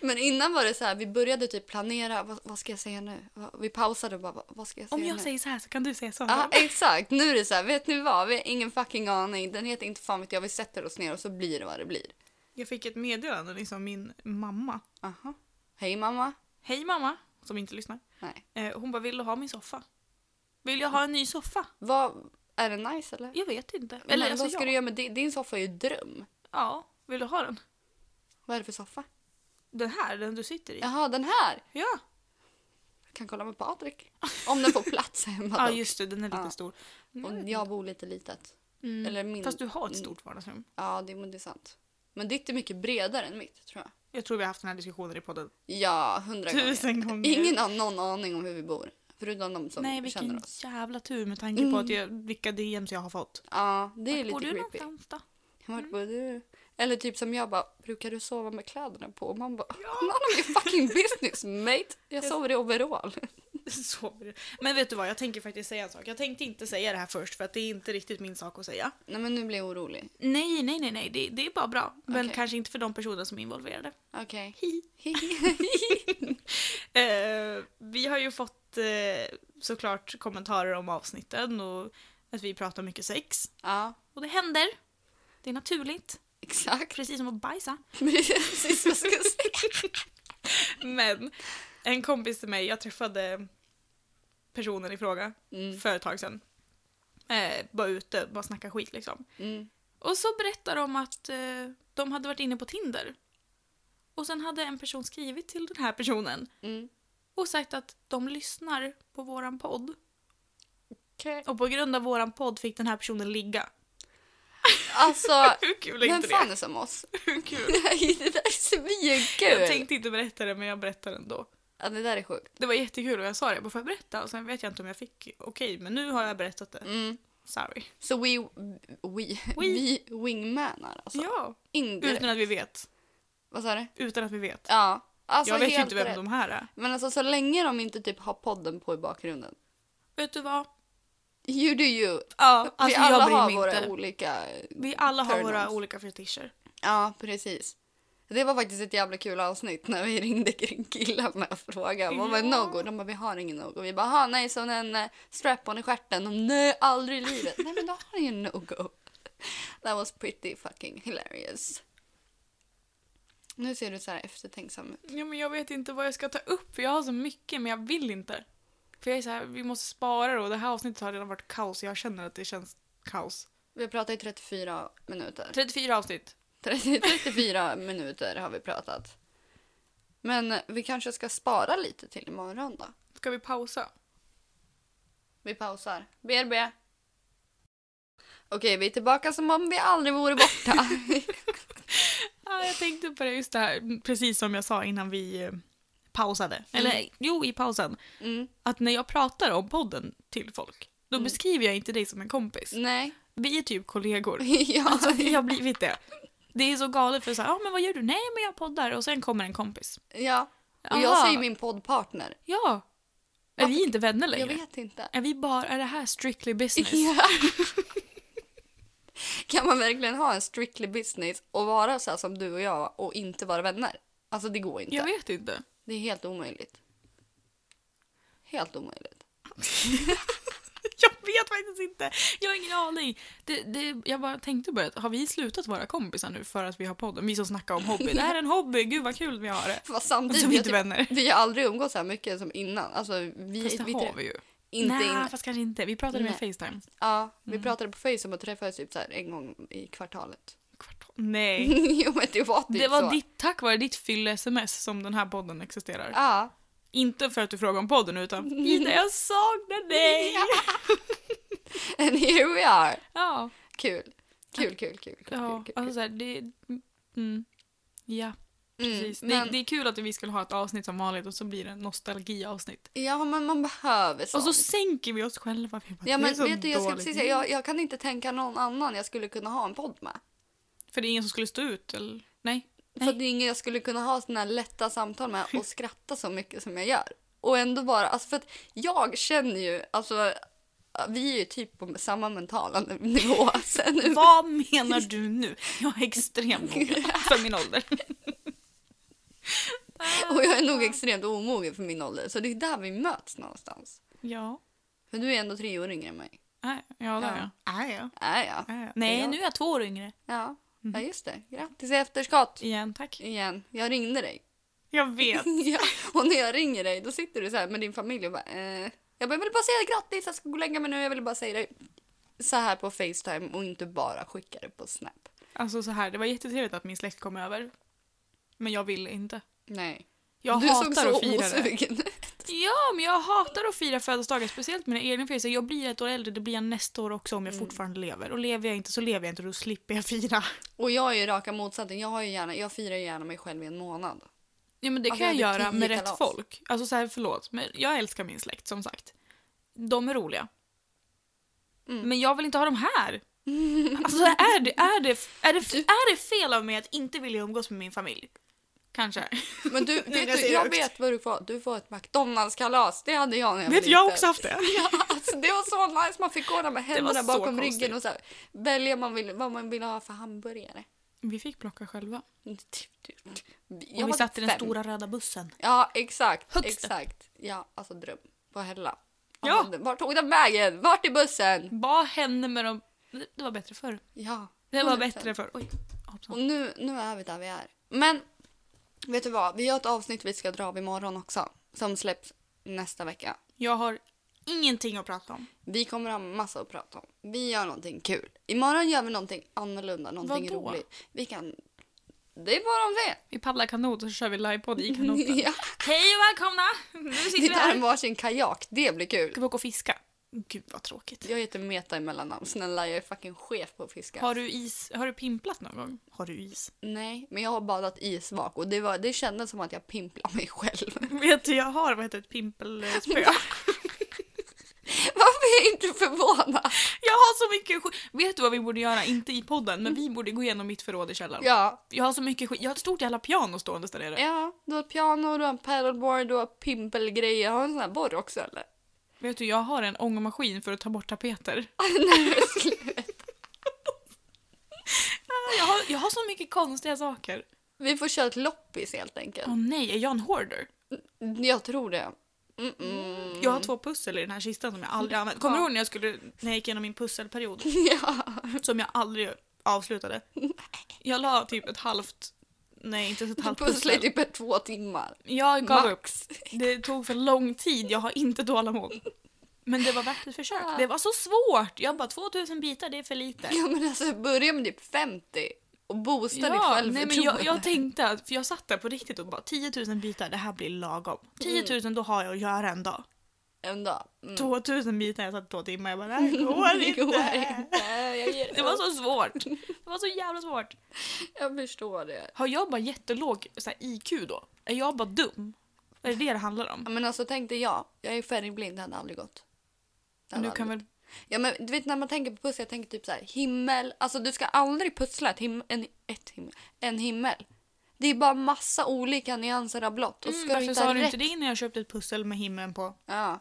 [SPEAKER 1] Men innan var det så här, vi började typ planera. Vad, vad ska jag säga nu? Va- Vi pausade och bara, vad- vad ska jag säga
[SPEAKER 2] Om jag
[SPEAKER 1] nu?
[SPEAKER 2] säger så här så kan du säga så.
[SPEAKER 1] Ja, exakt. Nu är det så här, vet ni vad? Vi har ingen fucking aning. Den heter inte fan vet jag. Vi sätter oss ner och så blir det vad det blir.
[SPEAKER 2] Jag fick ett meddelande liksom min mamma.
[SPEAKER 1] Aha. Hej mamma.
[SPEAKER 2] Hej mamma, som inte lyssnar.
[SPEAKER 1] Nej.
[SPEAKER 2] Eh, hon bara, vill du ha min soffa? Vill jag ha en ny soffa?
[SPEAKER 1] Vad, är den nice eller?
[SPEAKER 2] Jag vet inte. Eller
[SPEAKER 1] Men
[SPEAKER 2] alltså,
[SPEAKER 1] vad ska
[SPEAKER 2] ja.
[SPEAKER 1] du göra med din, din soffa? är ju dröm.
[SPEAKER 2] ja, vill du ha den?
[SPEAKER 1] Vad är det för soffa?
[SPEAKER 2] Den här, den du sitter i? Ja.
[SPEAKER 1] Jaha, den här.
[SPEAKER 2] Ja,
[SPEAKER 1] Jag kan kolla med Patrik. Om den får plats hemma. då.
[SPEAKER 2] just det, den är lite
[SPEAKER 1] Ja.
[SPEAKER 2] stor.
[SPEAKER 1] Och jag bor lite litet.
[SPEAKER 2] Mm.
[SPEAKER 1] Eller min...
[SPEAKER 2] Fast du har ett stort vardagsrum.
[SPEAKER 1] Ja, det, men det är sant. Men ditt är mycket bredare än mitt, tror jag.
[SPEAKER 2] Jag tror vi har haft den här diskussionen i podden.
[SPEAKER 1] Ja, hundra gånger.
[SPEAKER 2] Tusen gånger.
[SPEAKER 1] Ingen har någon aning om hur vi bor. Förutom de som
[SPEAKER 2] Nej,
[SPEAKER 1] känner
[SPEAKER 2] vilken
[SPEAKER 1] oss.
[SPEAKER 2] jävla tur med tanke på att jag, vilka DMs jag har fått.
[SPEAKER 1] Ja, det är
[SPEAKER 2] Bor
[SPEAKER 1] lite
[SPEAKER 2] du
[SPEAKER 1] creepy.
[SPEAKER 2] någonstans Mm. då?
[SPEAKER 1] Vart bor du? Eller typ som jag bara, brukar du sova med kläderna på? Och man bara, none of your fucking business mate. Jag sover i overall.
[SPEAKER 2] Sover. Men vet du vad, jag tänker faktiskt säga en sak. Jag tänkte inte säga det här först för att det är inte riktigt min sak att säga.
[SPEAKER 1] Nej men nu blir jag orolig.
[SPEAKER 2] Nej, nej, nej, nej. Det, det är bara bra. Men
[SPEAKER 1] Okej.
[SPEAKER 2] kanske inte för de personer som är involverade.
[SPEAKER 1] Okej.
[SPEAKER 2] Hi. Eh, vi har ju fått eh, såklart kommentarer om avsnitten och att vi pratar mycket sex.
[SPEAKER 1] ja,
[SPEAKER 2] Och det händer. Det är naturligt.
[SPEAKER 1] exakt.
[SPEAKER 2] Precis som att bajsa.
[SPEAKER 1] Precis vad jag skulle säga.
[SPEAKER 2] Men en kompis till mig, jag träffade personen i fråga
[SPEAKER 1] Mm,
[SPEAKER 2] för ett tag sedan. Eh, bara ute, bara snacka skit liksom.
[SPEAKER 1] mm.
[SPEAKER 2] Och så berättar de att eh, de hade varit inne på Tinder. Och sen hade en person skrivit till den här personen
[SPEAKER 1] Mm.
[SPEAKER 2] och sagt att de lyssnar på våran podd.
[SPEAKER 1] Okej.
[SPEAKER 2] Och på grund av våran podd fick den här personen ligga.
[SPEAKER 1] Alltså,
[SPEAKER 2] Hur kul är
[SPEAKER 1] vem
[SPEAKER 2] inte
[SPEAKER 1] fan är som oss?
[SPEAKER 2] det? Hur kul?
[SPEAKER 1] Nej, det där är svinkul!
[SPEAKER 2] Jag tänkte inte berätta det men jag berättar det ändå.
[SPEAKER 1] Ja, det där är sjukt.
[SPEAKER 2] Det var jättekul och jag sa det, jag bara får jag berätta? Och sen vet jag inte om jag fick okej men nu har jag berättat det.
[SPEAKER 1] Mm.
[SPEAKER 2] Sorry.
[SPEAKER 1] Så we, we, vi wingmanar alltså.
[SPEAKER 2] Ja.
[SPEAKER 1] Indirekt.
[SPEAKER 2] Utan att vi vet.
[SPEAKER 1] Vad sa du?
[SPEAKER 2] Utan att vi vet.
[SPEAKER 1] Ja. Alltså,
[SPEAKER 2] jag vet ju
[SPEAKER 1] helt
[SPEAKER 2] inte vem
[SPEAKER 1] rätt.
[SPEAKER 2] de här är.
[SPEAKER 1] Men alltså så länge de inte typ har podden på i bakgrunden.
[SPEAKER 2] Vet du vad?
[SPEAKER 1] You do you.
[SPEAKER 2] Ja, alltså
[SPEAKER 1] vi alla
[SPEAKER 2] jag bryr
[SPEAKER 1] har
[SPEAKER 2] mig
[SPEAKER 1] våra
[SPEAKER 2] inte.
[SPEAKER 1] olika...
[SPEAKER 2] Vi alla har våra
[SPEAKER 1] turn-ons.
[SPEAKER 2] olika fetischer.
[SPEAKER 1] Ja, precis. Det var faktiskt ett jävla kul avsnitt när vi ringde kring killarna och frågade vad var en
[SPEAKER 2] Ja.
[SPEAKER 1] no-go? De bara vi har ingen no-go. Vi bara "Ha, nej som en eh, strap-on i stjärten. De, nej aldrig i livet. nej men då har ni en no-go. That was pretty fucking hilarious. Nu ser du så här eftertänksam ut.
[SPEAKER 2] Ja, men jag vet inte vad jag ska ta upp för jag har så mycket men jag vill inte. För jag är så här, vi måste spara det och det här avsnittet har redan varit kaos. Jag känner att det känns kaos.
[SPEAKER 1] Vi har pratat i 34 minuter.
[SPEAKER 2] 34 avsnitt.
[SPEAKER 1] 30, 34 minuter har vi pratat. Men eh, vi kanske ska spara lite till imorgon då.
[SPEAKER 2] Ska vi pausa?
[SPEAKER 1] Vi pausar. BRB. Okej, Okej, vi är tillbaka som om vi aldrig vore borta. Mm.
[SPEAKER 2] Ja, jag tänkte på det just det här, precis som jag sa innan vi eh, pausade. Eller jo, i pausen.
[SPEAKER 1] Mm.
[SPEAKER 2] Att när jag pratar om podden till folk, då beskriver jag inte dig som en kompis.
[SPEAKER 1] Nej.
[SPEAKER 2] Vi är typ kollegor.
[SPEAKER 1] ja.
[SPEAKER 2] Alltså, vi har blivit det. Det är så galet för så här, ja ah, men vad gör du? Nej men jag poddar och sen kommer en kompis.
[SPEAKER 1] ja. Och jag
[SPEAKER 2] Aha.
[SPEAKER 1] säger min poddpartner.
[SPEAKER 2] Ja. Är vi inte vänner längre?
[SPEAKER 1] Jag vet inte.
[SPEAKER 2] Är vi bara, är det här strictly business?
[SPEAKER 1] Ja. Kan man verkligen ha en strictly business och vara så här som du och jag och inte vara vänner? Alltså det går inte.
[SPEAKER 2] Jag vet inte.
[SPEAKER 1] Det är helt omöjligt. Helt omöjligt.
[SPEAKER 2] Jag vet faktiskt inte. Jag har ingen aning. Det, det, jag bara tänkte på det, har vi slutat vara kompisar nu för att vi har podden? Vi som snackar om hobby. Det här är en hobby, gud vad kul vi har det.
[SPEAKER 1] Fast
[SPEAKER 2] Och
[SPEAKER 1] samtidigt,
[SPEAKER 2] så är vi inte
[SPEAKER 1] jag typ-
[SPEAKER 2] vänner.
[SPEAKER 1] vi har aldrig umgått så här mycket som innan. Alltså vi...
[SPEAKER 2] Fast det
[SPEAKER 1] vi
[SPEAKER 2] har
[SPEAKER 1] trä-
[SPEAKER 2] vi ju.
[SPEAKER 1] Inte
[SPEAKER 2] Nej,
[SPEAKER 1] innan.
[SPEAKER 2] fast kanske inte. Vi pratade med Facetime.
[SPEAKER 1] Ja,
[SPEAKER 2] Mm.
[SPEAKER 1] vi pratade på Facebook och träffades typ så här en gång i kvartalet.
[SPEAKER 2] Kvart- Nej.
[SPEAKER 1] jo men det var typ
[SPEAKER 2] Det var
[SPEAKER 1] så.
[SPEAKER 2] ditt, tack vare ditt fylle-sms som den här podden existerar.
[SPEAKER 1] Ja.
[SPEAKER 2] Inte för att du frågade om podden utan Ida jag saknar dig!
[SPEAKER 1] And here we are.
[SPEAKER 2] Ja,
[SPEAKER 1] Kul. Kul, kul, kul. kul,
[SPEAKER 2] ja.
[SPEAKER 1] kul, kul,
[SPEAKER 2] alltså så här, det... Mm. Ja,
[SPEAKER 1] Mm,
[SPEAKER 2] precis.
[SPEAKER 1] men-
[SPEAKER 2] Det, det är kul att vi skulle ha ett avsnitt som vanligt och så blir det en nostalgiavsnitt.
[SPEAKER 1] Ja, men man behöver
[SPEAKER 2] Och
[SPEAKER 1] sånt.
[SPEAKER 2] så sänker vi oss själva. Vi bara,
[SPEAKER 1] ja,
[SPEAKER 2] det är
[SPEAKER 1] men
[SPEAKER 2] så
[SPEAKER 1] vet du, jag, ska
[SPEAKER 2] dåligt.
[SPEAKER 1] precis, säga, jag, jag kan inte tänka någon annan jag skulle kunna ha en podd med.
[SPEAKER 2] För det är ingen som skulle stå ut, eller? Nej.
[SPEAKER 1] För det är ingen jag skulle kunna ha såna här lätta samtal med och skratta så mycket som jag gör. Och ändå bara, alltså för att jag känner ju, alltså vi är ju typ på samma mentala nivå. Sen nu.
[SPEAKER 2] Vad menar du nu? Jag är extremt mogen för min ålder.
[SPEAKER 1] Och jag är nog extremt omogen för min ålder, så det är där vi möts någonstans.
[SPEAKER 2] Ja.
[SPEAKER 1] För du är ändå tre år yngre än mig.
[SPEAKER 2] Äh, ja, det är jag. Äh, ja.
[SPEAKER 1] Äh, ja.
[SPEAKER 2] Äh, ja. Nej,
[SPEAKER 1] Ja.
[SPEAKER 2] nu är jag två år yngre.
[SPEAKER 1] Ja. ja, just det. Grattis i efterskott!
[SPEAKER 2] Igen, tack.
[SPEAKER 1] Igen, jag ringde dig.
[SPEAKER 2] Jag vet.
[SPEAKER 1] ja, och när jag ringer dig då sitter du så här med din familj och bara eh. Jag bara, jag vill bara säga grattis, jag ska gå och lägga mig nu, jag vill bara säga det så här på Facetime och inte bara skicka det på Snap.
[SPEAKER 2] Alltså så här, det var jättetrevligt att min släkt kom över. Men jag ville inte.
[SPEAKER 1] Nej.
[SPEAKER 2] Jag
[SPEAKER 1] du
[SPEAKER 2] hatar
[SPEAKER 1] såg så
[SPEAKER 2] att fira det.
[SPEAKER 1] osugen ut.
[SPEAKER 2] Ja, men jag hatar att fira födelsedagar, speciellt mina egna födelsedagar. Jag blir ett år äldre, det blir jag nästa år också om jag fortfarande lever. Och lever jag inte så lever jag inte, då slipper jag fira.
[SPEAKER 1] Och jag är ju raka motsatsen, jag, har ju gärna, jag firar ju gärna mig själv i en månad.
[SPEAKER 2] Ja, men det
[SPEAKER 1] Alltså,
[SPEAKER 2] kan
[SPEAKER 1] det är
[SPEAKER 2] jag göra
[SPEAKER 1] tio
[SPEAKER 2] med rätt
[SPEAKER 1] kalas.
[SPEAKER 2] folk. Alltså så här, förlåt, men jag älskar min släkt som sagt. De är roliga.
[SPEAKER 1] Mm.
[SPEAKER 2] Men jag vill inte ha dem här. Alltså är det, är, det, är, det, är det fel av mig att inte vilja umgås med min familj? Kanske.
[SPEAKER 1] Men du,
[SPEAKER 2] när
[SPEAKER 1] vet
[SPEAKER 2] jag
[SPEAKER 1] du
[SPEAKER 2] ser
[SPEAKER 1] jag
[SPEAKER 2] ut.
[SPEAKER 1] vet vad du får, du får ett McDonalds-kalas, det hade jag när jag
[SPEAKER 2] Vet
[SPEAKER 1] var
[SPEAKER 2] jag har
[SPEAKER 1] liten.
[SPEAKER 2] också haft det?
[SPEAKER 1] Ja, alltså, det var så nice, man fick gå där med händerna
[SPEAKER 2] var så
[SPEAKER 1] bakom
[SPEAKER 2] konstigt.
[SPEAKER 1] ryggen och så här, välja man vill, vad man vill ha för hamburgare. typ,
[SPEAKER 2] Vi fick plocka själva.
[SPEAKER 1] Jag
[SPEAKER 2] Och vi
[SPEAKER 1] var
[SPEAKER 2] satt i den
[SPEAKER 1] fem.
[SPEAKER 2] stora röda bussen.
[SPEAKER 1] Ja, exakt.
[SPEAKER 2] Högst upp.
[SPEAKER 1] Exakt. Ja, alltså dröm. På Hälla.
[SPEAKER 2] Ja.
[SPEAKER 1] Ja. Vart tog den vägen? Vart i bussen?
[SPEAKER 2] Vad hände med dem? Det- Det var bättre förr.
[SPEAKER 1] Ja.
[SPEAKER 2] Det var
[SPEAKER 1] 100%.
[SPEAKER 2] bättre förr. Oj. hoppsan.
[SPEAKER 1] Och nu, nu är vi där vi är. Men, vet du vad? Vi har ett avsnitt vi ska dra av imorgon också. Som släpps nästa vecka.
[SPEAKER 2] Jag har ingenting att prata om.
[SPEAKER 1] Vi kommer ha massa att prata om. Vi gör någonting kul. Imorgon gör vi någonting annorlunda, någonting
[SPEAKER 2] Vadå?
[SPEAKER 1] roligt. Vi kan... Det är bara om det.
[SPEAKER 2] Vi paddlar kanot och så kör vi livepodd i kanoten.
[SPEAKER 1] Ja,
[SPEAKER 2] Hej och välkomna! Nu sitter
[SPEAKER 1] vi
[SPEAKER 2] vi här.
[SPEAKER 1] tar varsin kajak. Det blir kul.
[SPEAKER 2] Ska vi åka och fiska? Gud vad tråkigt.
[SPEAKER 1] Jag heter Meta i mellannamn. Snälla, jag är fucking chef på att fiska.
[SPEAKER 2] Har du is? Har du pimplat någon gång? Har du is?
[SPEAKER 1] Nej, men jag har badat isvak och det, var, det kändes som att jag pimplade mig själv.
[SPEAKER 2] Vet du, jag har vad heter ett pimpelspö.
[SPEAKER 1] Varför är jag inte förvånad?
[SPEAKER 2] jag har så mycket skit. Vet du vad vi borde göra? Inte i podden, men vi borde gå igenom mitt förråd i källaren.
[SPEAKER 1] Ja,
[SPEAKER 2] Jag har så mycket skit. Jag har ett stort jävla piano stående där nere.
[SPEAKER 1] ja, du har ett piano, du har en paddleboard, du har pimpelgrejer. Har du en sån här borr också eller?
[SPEAKER 2] Vet du, jag har en ångmaskin för att ta bort tapeter.
[SPEAKER 1] Nej, men sluta.
[SPEAKER 2] Jag har, jag har så mycket konstiga saker.
[SPEAKER 1] Vi får köra ett loppis helt enkelt.
[SPEAKER 2] Åh nej, är jag en hoarder? Mm.
[SPEAKER 1] Jag tror det. Mm-mm.
[SPEAKER 2] Jag har två pussel i den här kistan som jag aldrig använt. Kommer du ihåg när jag, skulle, när jag gick igenom min pusselperiod?
[SPEAKER 1] Ja.
[SPEAKER 2] Som jag aldrig avslutade. Jag la typ ett halvt... Nej, inte ett halvt
[SPEAKER 1] Pussla i
[SPEAKER 2] pussel.
[SPEAKER 1] typ två timmar.
[SPEAKER 2] Jag gav upp.
[SPEAKER 1] Max.
[SPEAKER 2] Det tog för lång tid, jag har inte tålamod. Men det var värt ett försök. Det var så svårt! Jag bara 2000 bitar, det är för lite.
[SPEAKER 1] Ja men alltså börja med typ 50 och boosta ditt
[SPEAKER 2] Ja, nej, men
[SPEAKER 1] självförtroende.
[SPEAKER 2] jag, jag tänkte att, för jag
[SPEAKER 1] Mm.
[SPEAKER 2] satt där på riktigt och bara 10 000 bitar, det här blir lagom. 10 000, då har jag att göra en dag.
[SPEAKER 1] en dag. Mm.
[SPEAKER 2] 2000 bitar, jag satt två timmar. Jag bara, det här går
[SPEAKER 1] Det går
[SPEAKER 2] inte.
[SPEAKER 1] inte. Jag, ger
[SPEAKER 2] Det var så svårt. Det var så jävla svårt.
[SPEAKER 1] jag förstår det.
[SPEAKER 2] Har jag bara jättelåg så här, IQ då? Är jag bara dum? Är det det det handlar om?
[SPEAKER 1] Ja, Men alltså tänk dig jag. Jag är färgblind, det hade aldrig gått. Det
[SPEAKER 2] Men
[SPEAKER 1] hade
[SPEAKER 2] du kan
[SPEAKER 1] aldrig
[SPEAKER 2] väl...
[SPEAKER 1] Ja men du vet när man tänker på pussel, jag tänker typ så här himmel. Alltså du ska aldrig pussla ett him- en, ett himmel, en himmel. Det är bara massa olika nyanser av blått. Och
[SPEAKER 2] Mm,
[SPEAKER 1] ska du
[SPEAKER 2] varför
[SPEAKER 1] inte ha
[SPEAKER 2] sa du
[SPEAKER 1] rätt?
[SPEAKER 2] inte det innan jag köpte ett pussel med himlen på?
[SPEAKER 1] Ja.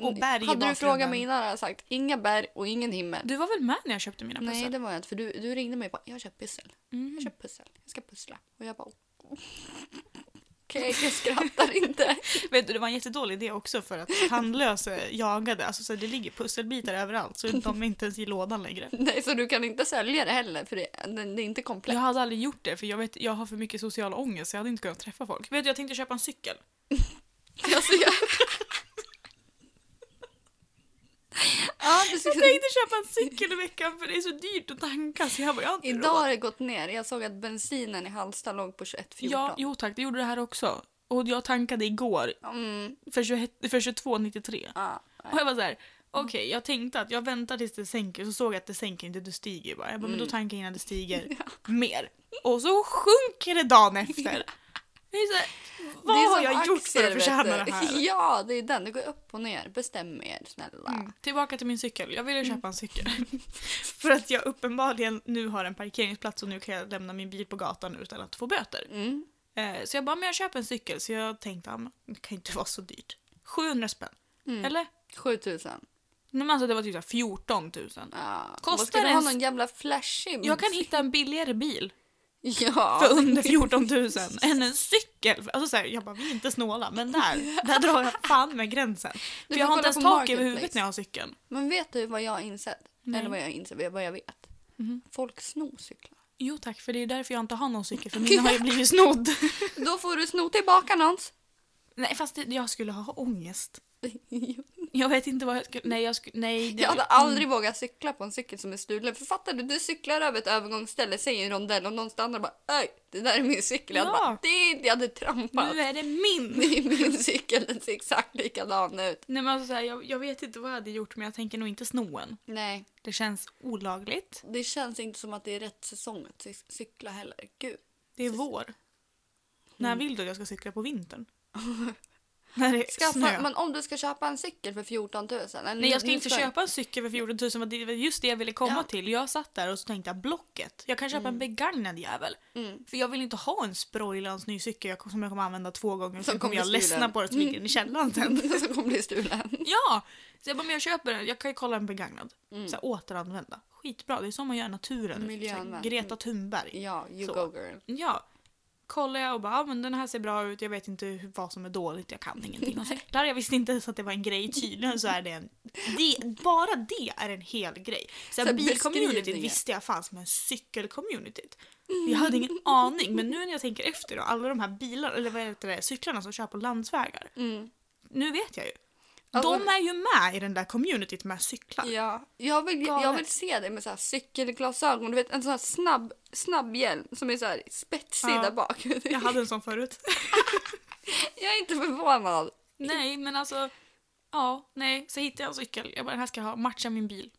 [SPEAKER 2] Och berg
[SPEAKER 1] Hade
[SPEAKER 2] i
[SPEAKER 1] du
[SPEAKER 2] bakgrunden.
[SPEAKER 1] frågat mig innan hade jag sagt inga berg och ingen himmel.
[SPEAKER 2] Du var väl med när jag köpte mina pussel?
[SPEAKER 1] Nej det var jag inte för du, du ringde mig och bara jag köper pussel.
[SPEAKER 2] Mm.
[SPEAKER 1] Jag köper pussel. Jag ska pussla. Och jag bara okej jag skrattar inte.
[SPEAKER 2] Vet du, det var en jättedålig idé också för att tandlösa jagade. Alltså, så det ligger pusselbitar överallt så de är inte ens i lådan längre.
[SPEAKER 1] Nej så du kan inte sälja det heller för det, den- det är inte komplett.
[SPEAKER 2] Jag hade aldrig gjort det för jag, vet, jag har för mycket social ångest så jag hade inte kunnat träffa folk. Vet du, jag tänkte köpa en cykel.
[SPEAKER 1] Alltså, jag... ja, det
[SPEAKER 2] Jag
[SPEAKER 1] skulle...
[SPEAKER 2] tänkte köpa en cykel i veckan för det är så dyrt att tanka så jag bara, jag har inte
[SPEAKER 1] Idag har
[SPEAKER 2] råd.
[SPEAKER 1] det gått ner. Jag såg att bensinen i Halsta låg på 21,14.
[SPEAKER 2] Ja, jo tack, det gjorde det här också. Och jag tankade igår
[SPEAKER 1] Mm,
[SPEAKER 2] för, 21, för 22,93.
[SPEAKER 1] ja.
[SPEAKER 2] Och jag var så här, okej, jag tänkte att jag väntar tills det sänker så såg jag att det sänker inte, det stiger bara. Jag bara, men
[SPEAKER 1] Mm.
[SPEAKER 2] då tankar jag innan det stiger mer. Och så sjunker det dagen efter. Det är så här, vad
[SPEAKER 1] Det är
[SPEAKER 2] har
[SPEAKER 1] som
[SPEAKER 2] jag gjort för att
[SPEAKER 1] aktier,
[SPEAKER 2] förtjäna
[SPEAKER 1] vet du.
[SPEAKER 2] det här?
[SPEAKER 1] Ja, det är den. Det går upp och ner. Bestäm er, snälla.
[SPEAKER 2] Mm. Tillbaka till min cykel. Jag
[SPEAKER 1] Mm.
[SPEAKER 2] ville köpa en cykel. för att jag uppenbarligen nu har en parkeringsplats och nu kan jag lämna min bil på gatan utan att få böter.
[SPEAKER 1] Mm.
[SPEAKER 2] Eh, så jag bara, men jag köper en cykel. Så jag tänkte, ah, men det kan ju inte vara så dyrt. 700 spänn.
[SPEAKER 1] Mm.
[SPEAKER 2] Eller?
[SPEAKER 1] 7000.
[SPEAKER 2] Nej men alltså det var typ så här 14 000.
[SPEAKER 1] Ja.
[SPEAKER 2] Kostar
[SPEAKER 1] Vad ska du
[SPEAKER 2] det
[SPEAKER 1] ha
[SPEAKER 2] ens-
[SPEAKER 1] någon jävla flashig?
[SPEAKER 2] Jag kan hitta en billigare bil
[SPEAKER 1] Ja.
[SPEAKER 2] för under 14 000 än en cykel. Alltså så här, jag bara, vi är inte snåla, men där, där drar jag fan med gränsen. För
[SPEAKER 1] får
[SPEAKER 2] jag har
[SPEAKER 1] kolla
[SPEAKER 2] inte ens
[SPEAKER 1] på
[SPEAKER 2] tak över
[SPEAKER 1] Marketplace.
[SPEAKER 2] huvudet när jag har cykeln.
[SPEAKER 1] Men vet du vad jag har insett?
[SPEAKER 2] Nej.
[SPEAKER 1] Eller vad jag inser, vad jag vet?
[SPEAKER 2] Mhm.
[SPEAKER 1] Folk snor cyklar.
[SPEAKER 2] Jo tack, för det är därför jag inte har någon cykel, för min har ju blivit snodd.
[SPEAKER 1] Då får du sno tillbaka någons.
[SPEAKER 2] Nej fast det, jag skulle ha ångest. Jag vet inte vad jag skulle... Nej, jag skulle... Nej, det,
[SPEAKER 1] Jag hade aldrig vågat cykla på en cykel som är stulen. För fattar du, du cyklar över ett övergångsställe, säger en rondell och någon stannar och bara Öj, det där är min cykel. Jag hade
[SPEAKER 2] Ja.
[SPEAKER 1] bara, det är inte jag hade trampat.
[SPEAKER 2] Nu är det min!
[SPEAKER 1] Det är min cykel, den ser exakt likadan ut.
[SPEAKER 2] Nej men alltså, så här, jag, jag vet inte vad jag hade gjort, men jag tänker nog inte sno en.
[SPEAKER 1] Nej,
[SPEAKER 2] Det känns olagligt.
[SPEAKER 1] det känns inte som att det är rätt säsong att cy- cykla heller. Gud.
[SPEAKER 2] Det är
[SPEAKER 1] Precis. Mm.
[SPEAKER 2] vår. När vill du att jag ska cykla på vintern? När det är
[SPEAKER 1] Skaffa,
[SPEAKER 2] snö.
[SPEAKER 1] men om du ska köpa en cykel för 14 000. eller
[SPEAKER 2] Nej jag ska
[SPEAKER 1] nu
[SPEAKER 2] inte
[SPEAKER 1] ska-
[SPEAKER 2] köpa en cykel för 14 000, men det var just det jag ville komma
[SPEAKER 1] Ja.
[SPEAKER 2] till. Jag satt där och så tänkte jag blocket. Jag kan köpa en begagnad jävel.
[SPEAKER 1] Mm.
[SPEAKER 2] För jag vill inte ha en sproilans ny cykel jag, som jag kommer använda två gånger. Sen kommer
[SPEAKER 1] kommer Mm.
[SPEAKER 2] jag
[SPEAKER 1] bli
[SPEAKER 2] ledsna
[SPEAKER 1] stulen.
[SPEAKER 2] på det så ligger den i källaren sen.
[SPEAKER 1] Som kommer bli stulen.
[SPEAKER 2] Ja! Så jag bara, men jag köper den. Jag kan ju kolla en begagnad.
[SPEAKER 1] Mm.
[SPEAKER 2] Så här, återanvända. Skitbra, det är så man gör i naturen.
[SPEAKER 1] Miljönvän.
[SPEAKER 2] Så här, Greta Thunberg.
[SPEAKER 1] Ja, you
[SPEAKER 2] Så.
[SPEAKER 1] go girl.
[SPEAKER 2] Ja. Kollar jag och bara, ah, men den här ser bra ut, jag vet inte hur- vad som är dåligt, jag kan ingenting om cyklar. Jag visste inte ens att det var en grej, tydligen så är det en... Det, bara det är en hel grej. Så
[SPEAKER 1] Så
[SPEAKER 2] här,
[SPEAKER 1] här,
[SPEAKER 2] bilcommunityt
[SPEAKER 1] beskrivningar.
[SPEAKER 2] visste jag fanns, men cykelcommunityt?
[SPEAKER 1] Mm.
[SPEAKER 2] Jag hade ingen aning, men nu när jag tänker efter då, alla de här bilarna, eller vad heter det, cyklarna som kör på landsvägar.
[SPEAKER 1] Mm.
[SPEAKER 2] Nu vet jag ju.
[SPEAKER 1] Alltså-
[SPEAKER 2] de är ju med i den där communityt med cyklar.
[SPEAKER 1] Ja, jag vill, jag
[SPEAKER 2] Galet.
[SPEAKER 1] vill se det med så här cykelglasögon. Du vet en sån här snabb, snabb hjälm som är så här spetsig
[SPEAKER 2] Ja.
[SPEAKER 1] där bak.
[SPEAKER 2] Jag hade en sån förut.
[SPEAKER 1] Jag är inte förvånad.
[SPEAKER 2] nej, men alltså. Ja, nej. Så hittade jag en cykel. Jag bara, den här ska jag ha. Matcha min bil.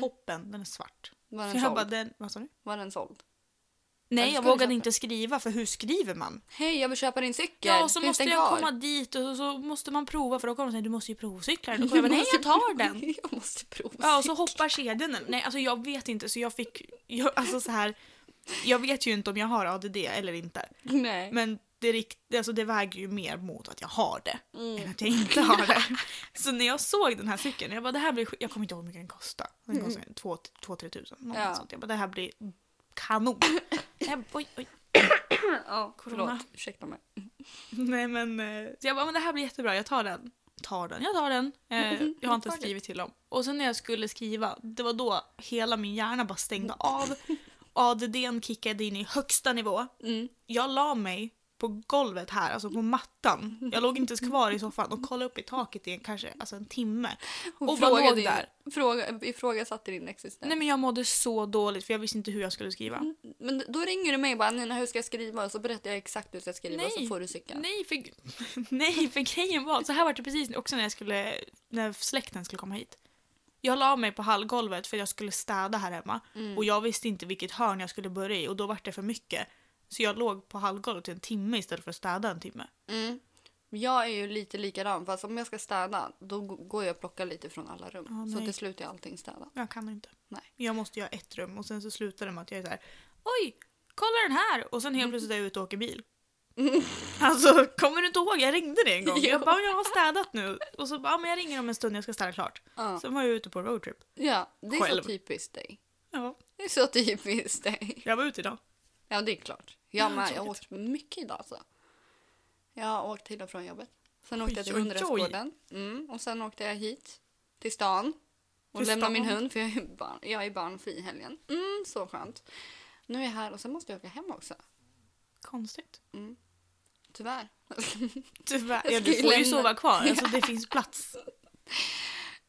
[SPEAKER 2] Toppen, Mhm. den är svart.
[SPEAKER 1] Var
[SPEAKER 2] Så
[SPEAKER 1] den
[SPEAKER 2] jag
[SPEAKER 1] såld?
[SPEAKER 2] bara, den, vad sa du?
[SPEAKER 1] Var den såld?
[SPEAKER 2] Nej,
[SPEAKER 1] du
[SPEAKER 2] jag
[SPEAKER 1] skulle
[SPEAKER 2] vågade
[SPEAKER 1] köpa.
[SPEAKER 2] inte skriva, för hur skriver man?
[SPEAKER 1] Hej, jag vill köpa din cykel.
[SPEAKER 2] Ja, så
[SPEAKER 1] Finns
[SPEAKER 2] måste
[SPEAKER 1] den
[SPEAKER 2] jag
[SPEAKER 1] kvar?
[SPEAKER 2] komma dit och så måste man prova, för då kommer de säga, du måste ju provcykla den. Då kommer
[SPEAKER 1] Du
[SPEAKER 2] jag bara, nej,
[SPEAKER 1] måste
[SPEAKER 2] jag tar
[SPEAKER 1] prova-
[SPEAKER 2] den.
[SPEAKER 1] Jag måste prova.
[SPEAKER 2] Ja, och så hoppar kedjan den. Nej, alltså jag vet inte, så jag fick, jag, alltså så här, jag vet ju inte om jag har ADD eller inte.
[SPEAKER 1] Nej.
[SPEAKER 2] Men det, rikt, alltså det väger ju mer mot att jag har det
[SPEAKER 1] Mm.
[SPEAKER 2] än att jag inte har det. Så när jag såg den här cykeln, jag bara det här blir sk- Jag kommer inte ihåg hur mycket den kostar. Den kostar 2-3 tusen. någonting
[SPEAKER 1] Mm. Ja.
[SPEAKER 2] sånt. Jag bara det här blir kanon. Jag, oj, oj.
[SPEAKER 1] Ja,
[SPEAKER 2] Corona.
[SPEAKER 1] förlåt. Ursäkta mig.
[SPEAKER 2] Nej men, eh, så jag bara men det här blir jättebra, jag tar den. Tar den, jag tar den. Eh, jag har inte ens
[SPEAKER 1] Tar den.
[SPEAKER 2] skrivit till dem. Och sen när jag skulle skriva, det var då hela min hjärna bara
[SPEAKER 1] Mm.
[SPEAKER 2] stängde av. ADDn kickade in i högsta nivå.
[SPEAKER 1] Mm.
[SPEAKER 2] Jag la mig på golvet här, alltså på mattan. Jag låg inte ens kvar i soffan och kollade upp i taket i en, kanske alltså en timme. Och bara
[SPEAKER 1] fråga
[SPEAKER 2] låg
[SPEAKER 1] din,
[SPEAKER 2] där.
[SPEAKER 1] Fråga, ifrågasatte din existens. Mm.
[SPEAKER 2] Nej men jag mådde så dåligt för jag visste inte hur jag skulle skriva.
[SPEAKER 1] Men då ringer du mig och bara Nina hur ska jag skriva? Och så berättar jag exakt hur jag ska skriva och så
[SPEAKER 2] Nej.
[SPEAKER 1] får du cykeln.
[SPEAKER 2] Nej för, nej, för grejen var, så här var det precis också när jag skulle, när släkten skulle komma hit. Jag la mig på hallgolvet för jag skulle städa här hemma
[SPEAKER 1] Mm.
[SPEAKER 2] och jag visste inte vilket hörn jag skulle börja i och då var det för mycket. Så jag låg på hallgolvet i en timme istället för att städa en timme.
[SPEAKER 1] Mm. Jag är ju lite likadan fast om jag ska städa då g- går jag och plockar lite från alla rum.
[SPEAKER 2] Ja,
[SPEAKER 1] så
[SPEAKER 2] nej.
[SPEAKER 1] till slut är allting städat.
[SPEAKER 2] Jag kan inte.
[SPEAKER 1] Nej.
[SPEAKER 2] Jag måste göra ett rum och sen så slutar det med att jag är så här. Oj, kolla den här! Och sen
[SPEAKER 1] Mm.
[SPEAKER 2] helt plötsligt är jag ute och åker bil. Alltså, kommer du inte ihåg? Jag ringde dig en gång. Jag
[SPEAKER 1] Jo.
[SPEAKER 2] bara, jag har städat nu. Och så bara, ja, men jag ringer om en stund, jag ska städa klart.
[SPEAKER 1] Ja,
[SPEAKER 2] Sen var jag ute på roadtrip.
[SPEAKER 1] ja det är
[SPEAKER 2] Själv.
[SPEAKER 1] så typiskt dig.
[SPEAKER 2] Ja,
[SPEAKER 1] Det är så typiskt dig.
[SPEAKER 2] jag var ute idag.
[SPEAKER 1] Ja det är klart.
[SPEAKER 2] Ja,
[SPEAKER 1] Jag, med, jag har
[SPEAKER 2] otroligt.
[SPEAKER 1] åkt mycket idag alltså. Jag har åkt till och från jobbet. Sen åkte jag till
[SPEAKER 2] Oj, oj, oj.
[SPEAKER 1] Hundrastgården. Mm. Och sen åkte jag hit till stan. Och
[SPEAKER 2] Till
[SPEAKER 1] lämnade
[SPEAKER 2] stan.
[SPEAKER 1] min hund för jag är, barn, jag är barnfri i helgen. Mm, så skönt. Nu är jag här och sen måste jag åka hem också. Mm.
[SPEAKER 2] Konstigt.
[SPEAKER 1] Tyvärr.
[SPEAKER 2] Tyvärr.
[SPEAKER 1] Jag
[SPEAKER 2] Typ,
[SPEAKER 1] ska
[SPEAKER 2] Ja, du
[SPEAKER 1] ju
[SPEAKER 2] får ju
[SPEAKER 1] lämna-
[SPEAKER 2] sova kvar, alltså det finns plats.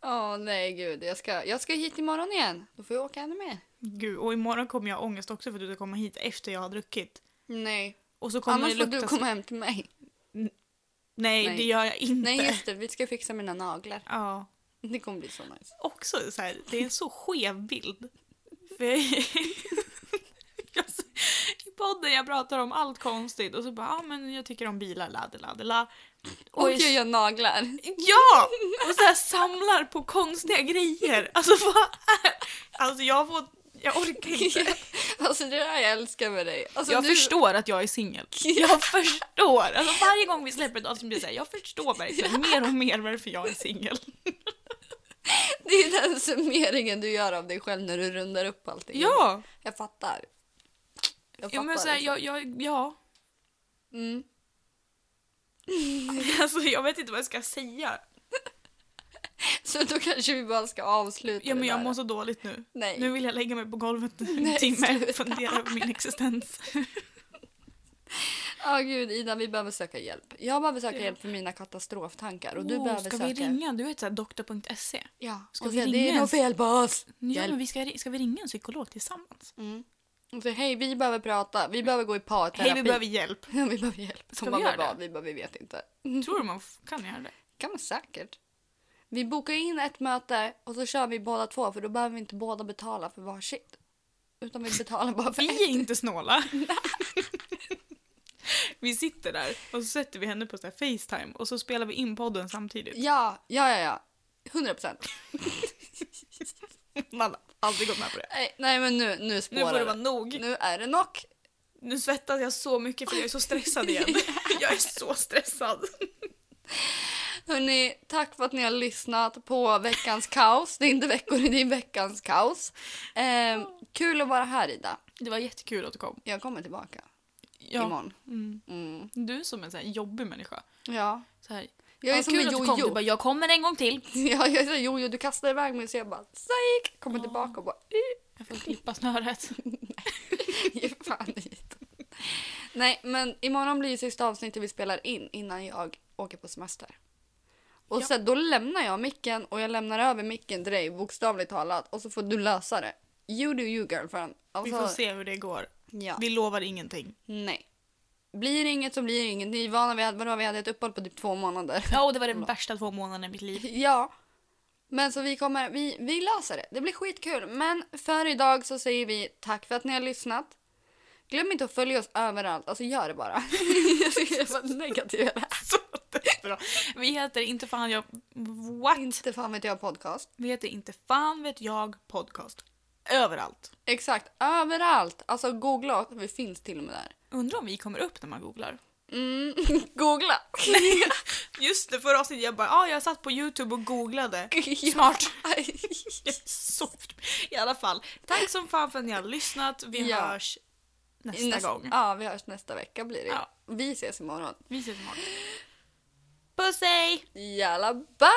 [SPEAKER 1] Åh nej gud, jag ska, jag ska hit imorgon igen. Då får jag åka ännu mer.
[SPEAKER 2] Gud, och imorgon kommer jag ha ångest också för att du ska komma hit efter jag har druckit.
[SPEAKER 1] Nej,
[SPEAKER 2] Och så kommer
[SPEAKER 1] annars
[SPEAKER 2] det
[SPEAKER 1] får
[SPEAKER 2] lukta...
[SPEAKER 1] du komma hem till mig.
[SPEAKER 2] Nej,
[SPEAKER 1] Nej.
[SPEAKER 2] det gör jag inte.
[SPEAKER 1] Nej just det, vi ska fixa mina naglar.
[SPEAKER 2] Ja.
[SPEAKER 1] Det kommer bli så nice.
[SPEAKER 2] Också så här, det är en så skev bild. För jag... Alltså, I podden jag pratar om allt konstigt och så bara, ja ah, men jag tycker om bilar, la la, la la.
[SPEAKER 1] Och,
[SPEAKER 2] Och i
[SPEAKER 1] jag gör naglar.
[SPEAKER 2] Ja! Och så här samlar på konstiga grejer. Alltså vad är... Alltså jag får... Jag orkar inte.
[SPEAKER 1] alltså det där jag älskar med dig. Alltså,
[SPEAKER 2] jag
[SPEAKER 1] du-
[SPEAKER 2] förstår att jag är singel. Jag förstår. Alltså varje gång vi släpper ett avsnitt blir det så här, jag förstår verkligen mer och mer varför jag är singel.
[SPEAKER 1] Det är den summeringen du gör av dig själv när du rundar upp allting.
[SPEAKER 2] Ja!
[SPEAKER 1] Jag fattar. Jag
[SPEAKER 2] ja men så här,
[SPEAKER 1] alltså.
[SPEAKER 2] jag, liksom. jag, ja.
[SPEAKER 1] Mm.
[SPEAKER 2] Alltså jag vet inte vad jag ska säga.
[SPEAKER 1] Så då kanske vi bara ska avsluta
[SPEAKER 2] Ja men
[SPEAKER 1] det
[SPEAKER 2] jag
[SPEAKER 1] där.
[SPEAKER 2] mår så dåligt nu.
[SPEAKER 1] Nej.
[SPEAKER 2] Nu vill jag lägga mig på golvet en
[SPEAKER 1] Nej,
[SPEAKER 2] timme
[SPEAKER 1] sluta.
[SPEAKER 2] och fundera över min existens.
[SPEAKER 1] Ja gud Ida, vi behöver söka hjälp. Jag behöver söka
[SPEAKER 2] Ja.
[SPEAKER 1] hjälp för mina katastroftankar och du
[SPEAKER 2] Oh,
[SPEAKER 1] behöver
[SPEAKER 2] ska
[SPEAKER 1] söka...
[SPEAKER 2] vi ringa? Du vet såhär doktor.se.
[SPEAKER 1] Ja,
[SPEAKER 2] Ska
[SPEAKER 1] och
[SPEAKER 2] vi
[SPEAKER 1] säga,
[SPEAKER 2] ringa
[SPEAKER 1] det är
[SPEAKER 2] en-
[SPEAKER 1] något fel på oss.
[SPEAKER 2] Ja,
[SPEAKER 1] Hjälp.
[SPEAKER 2] men vi ska, ri- ska vi ringa en psykolog tillsammans?
[SPEAKER 1] Mm. Och säga, hej vi behöver prata, vi behöver gå i parterapi.
[SPEAKER 2] Hej, vi behöver hjälp.
[SPEAKER 1] Ja, vi behöver hjälp.
[SPEAKER 2] Ska
[SPEAKER 1] Som
[SPEAKER 2] vi
[SPEAKER 1] mamma
[SPEAKER 2] göra det?
[SPEAKER 1] bad, vi bara, vi vet inte.
[SPEAKER 2] Tror du man f- kan göra det?
[SPEAKER 1] kan man säkert. Vi bokar in ett möte och så kör vi båda två för då behöver vi inte båda betala för varsitt. Utan vi betalar bara för
[SPEAKER 2] Vi är
[SPEAKER 1] ett.
[SPEAKER 2] inte snåla. vi sitter där och så sätter vi henne på så här Facetime och så spelar vi in podden samtidigt.
[SPEAKER 1] Ja, ja, ja, ja. 100 procent.
[SPEAKER 2] Man har aldrig gått med på det.
[SPEAKER 1] Nej, nej, men nu, nu
[SPEAKER 2] Nu får
[SPEAKER 1] spårar
[SPEAKER 2] det vara nog.
[SPEAKER 1] Nu är det nog.
[SPEAKER 2] Nu svettas jag så mycket för jag är så stressad igen. Jag är så stressad.
[SPEAKER 1] Hörrni, tack för att ni har lyssnat på veckans kaos. Det är inte veckor, det är veckans kaos. Eh, kul att vara här, Ida.
[SPEAKER 2] Det var jättekul att du kom.
[SPEAKER 1] Jag kommer tillbaka imorgon.
[SPEAKER 2] Mm.
[SPEAKER 1] Mm.
[SPEAKER 2] Du är som en så här jobbig människa.
[SPEAKER 1] Ja.
[SPEAKER 2] Så här.
[SPEAKER 1] Jag är
[SPEAKER 2] "Ja,
[SPEAKER 1] som en
[SPEAKER 2] kul att du kom."
[SPEAKER 1] jojo.
[SPEAKER 2] Du bara, jag kommer en gång till.
[SPEAKER 1] Ja, jag sa jojo, du kastar iväg mig så jag bara psyk, kommer
[SPEAKER 2] Ja.
[SPEAKER 1] tillbaka och bara
[SPEAKER 2] Jag får klippa snöret.
[SPEAKER 1] ge fan hit. Nej, men imorgon blir ju sista avsnittet vi spelar in innan jag åker på semester. Och
[SPEAKER 2] Ja.
[SPEAKER 1] sen då lämnar jag micken och jag lämnar över micken till dig bokstavligt talat och så får du lösa det. You do you girlfriend.
[SPEAKER 2] Vi
[SPEAKER 1] Alltså,
[SPEAKER 2] får se hur det går.
[SPEAKER 1] Ja.
[SPEAKER 2] Vi lovar ingenting.
[SPEAKER 1] Nej. Blir det inget så blir det inget. Ni är vana vid att vadå, vi hade ett uppehåll på typ två månader.
[SPEAKER 2] Ja, och det var den värsta två månaderna i mitt liv.
[SPEAKER 1] Ja. Men så vi kommer, vi, vi löser det. Det blir skitkul. Men för idag så säger vi tack för att ni har lyssnat. Glöm inte att följa oss överallt. Alltså gör det bara. jag är så negativ.
[SPEAKER 2] Så bra. Vi heter inte fan jag... What?
[SPEAKER 1] Inte fan vet jag podcast.
[SPEAKER 2] Vi heter inte fan vet jag podcast. Överallt.
[SPEAKER 1] Exakt, överallt. Alltså googla oss. Vi finns till och med där.
[SPEAKER 2] Undrar om vi kommer upp när man googlar.
[SPEAKER 1] Mm, googla.
[SPEAKER 2] Just det, förra avsnittet jag bara ja, ah, jag satt på Youtube och googlade. Snart. Så, I alla fall, tack som fan för att ni har lyssnat. Vi
[SPEAKER 1] Ja.
[SPEAKER 2] hörs nästa gång.
[SPEAKER 1] Ja, vi hörs nästa vecka blir det.
[SPEAKER 2] Ja.
[SPEAKER 1] Vi ses imorgon.
[SPEAKER 2] Vi ses imorgon. Puss hej!
[SPEAKER 1] Jalla, bye!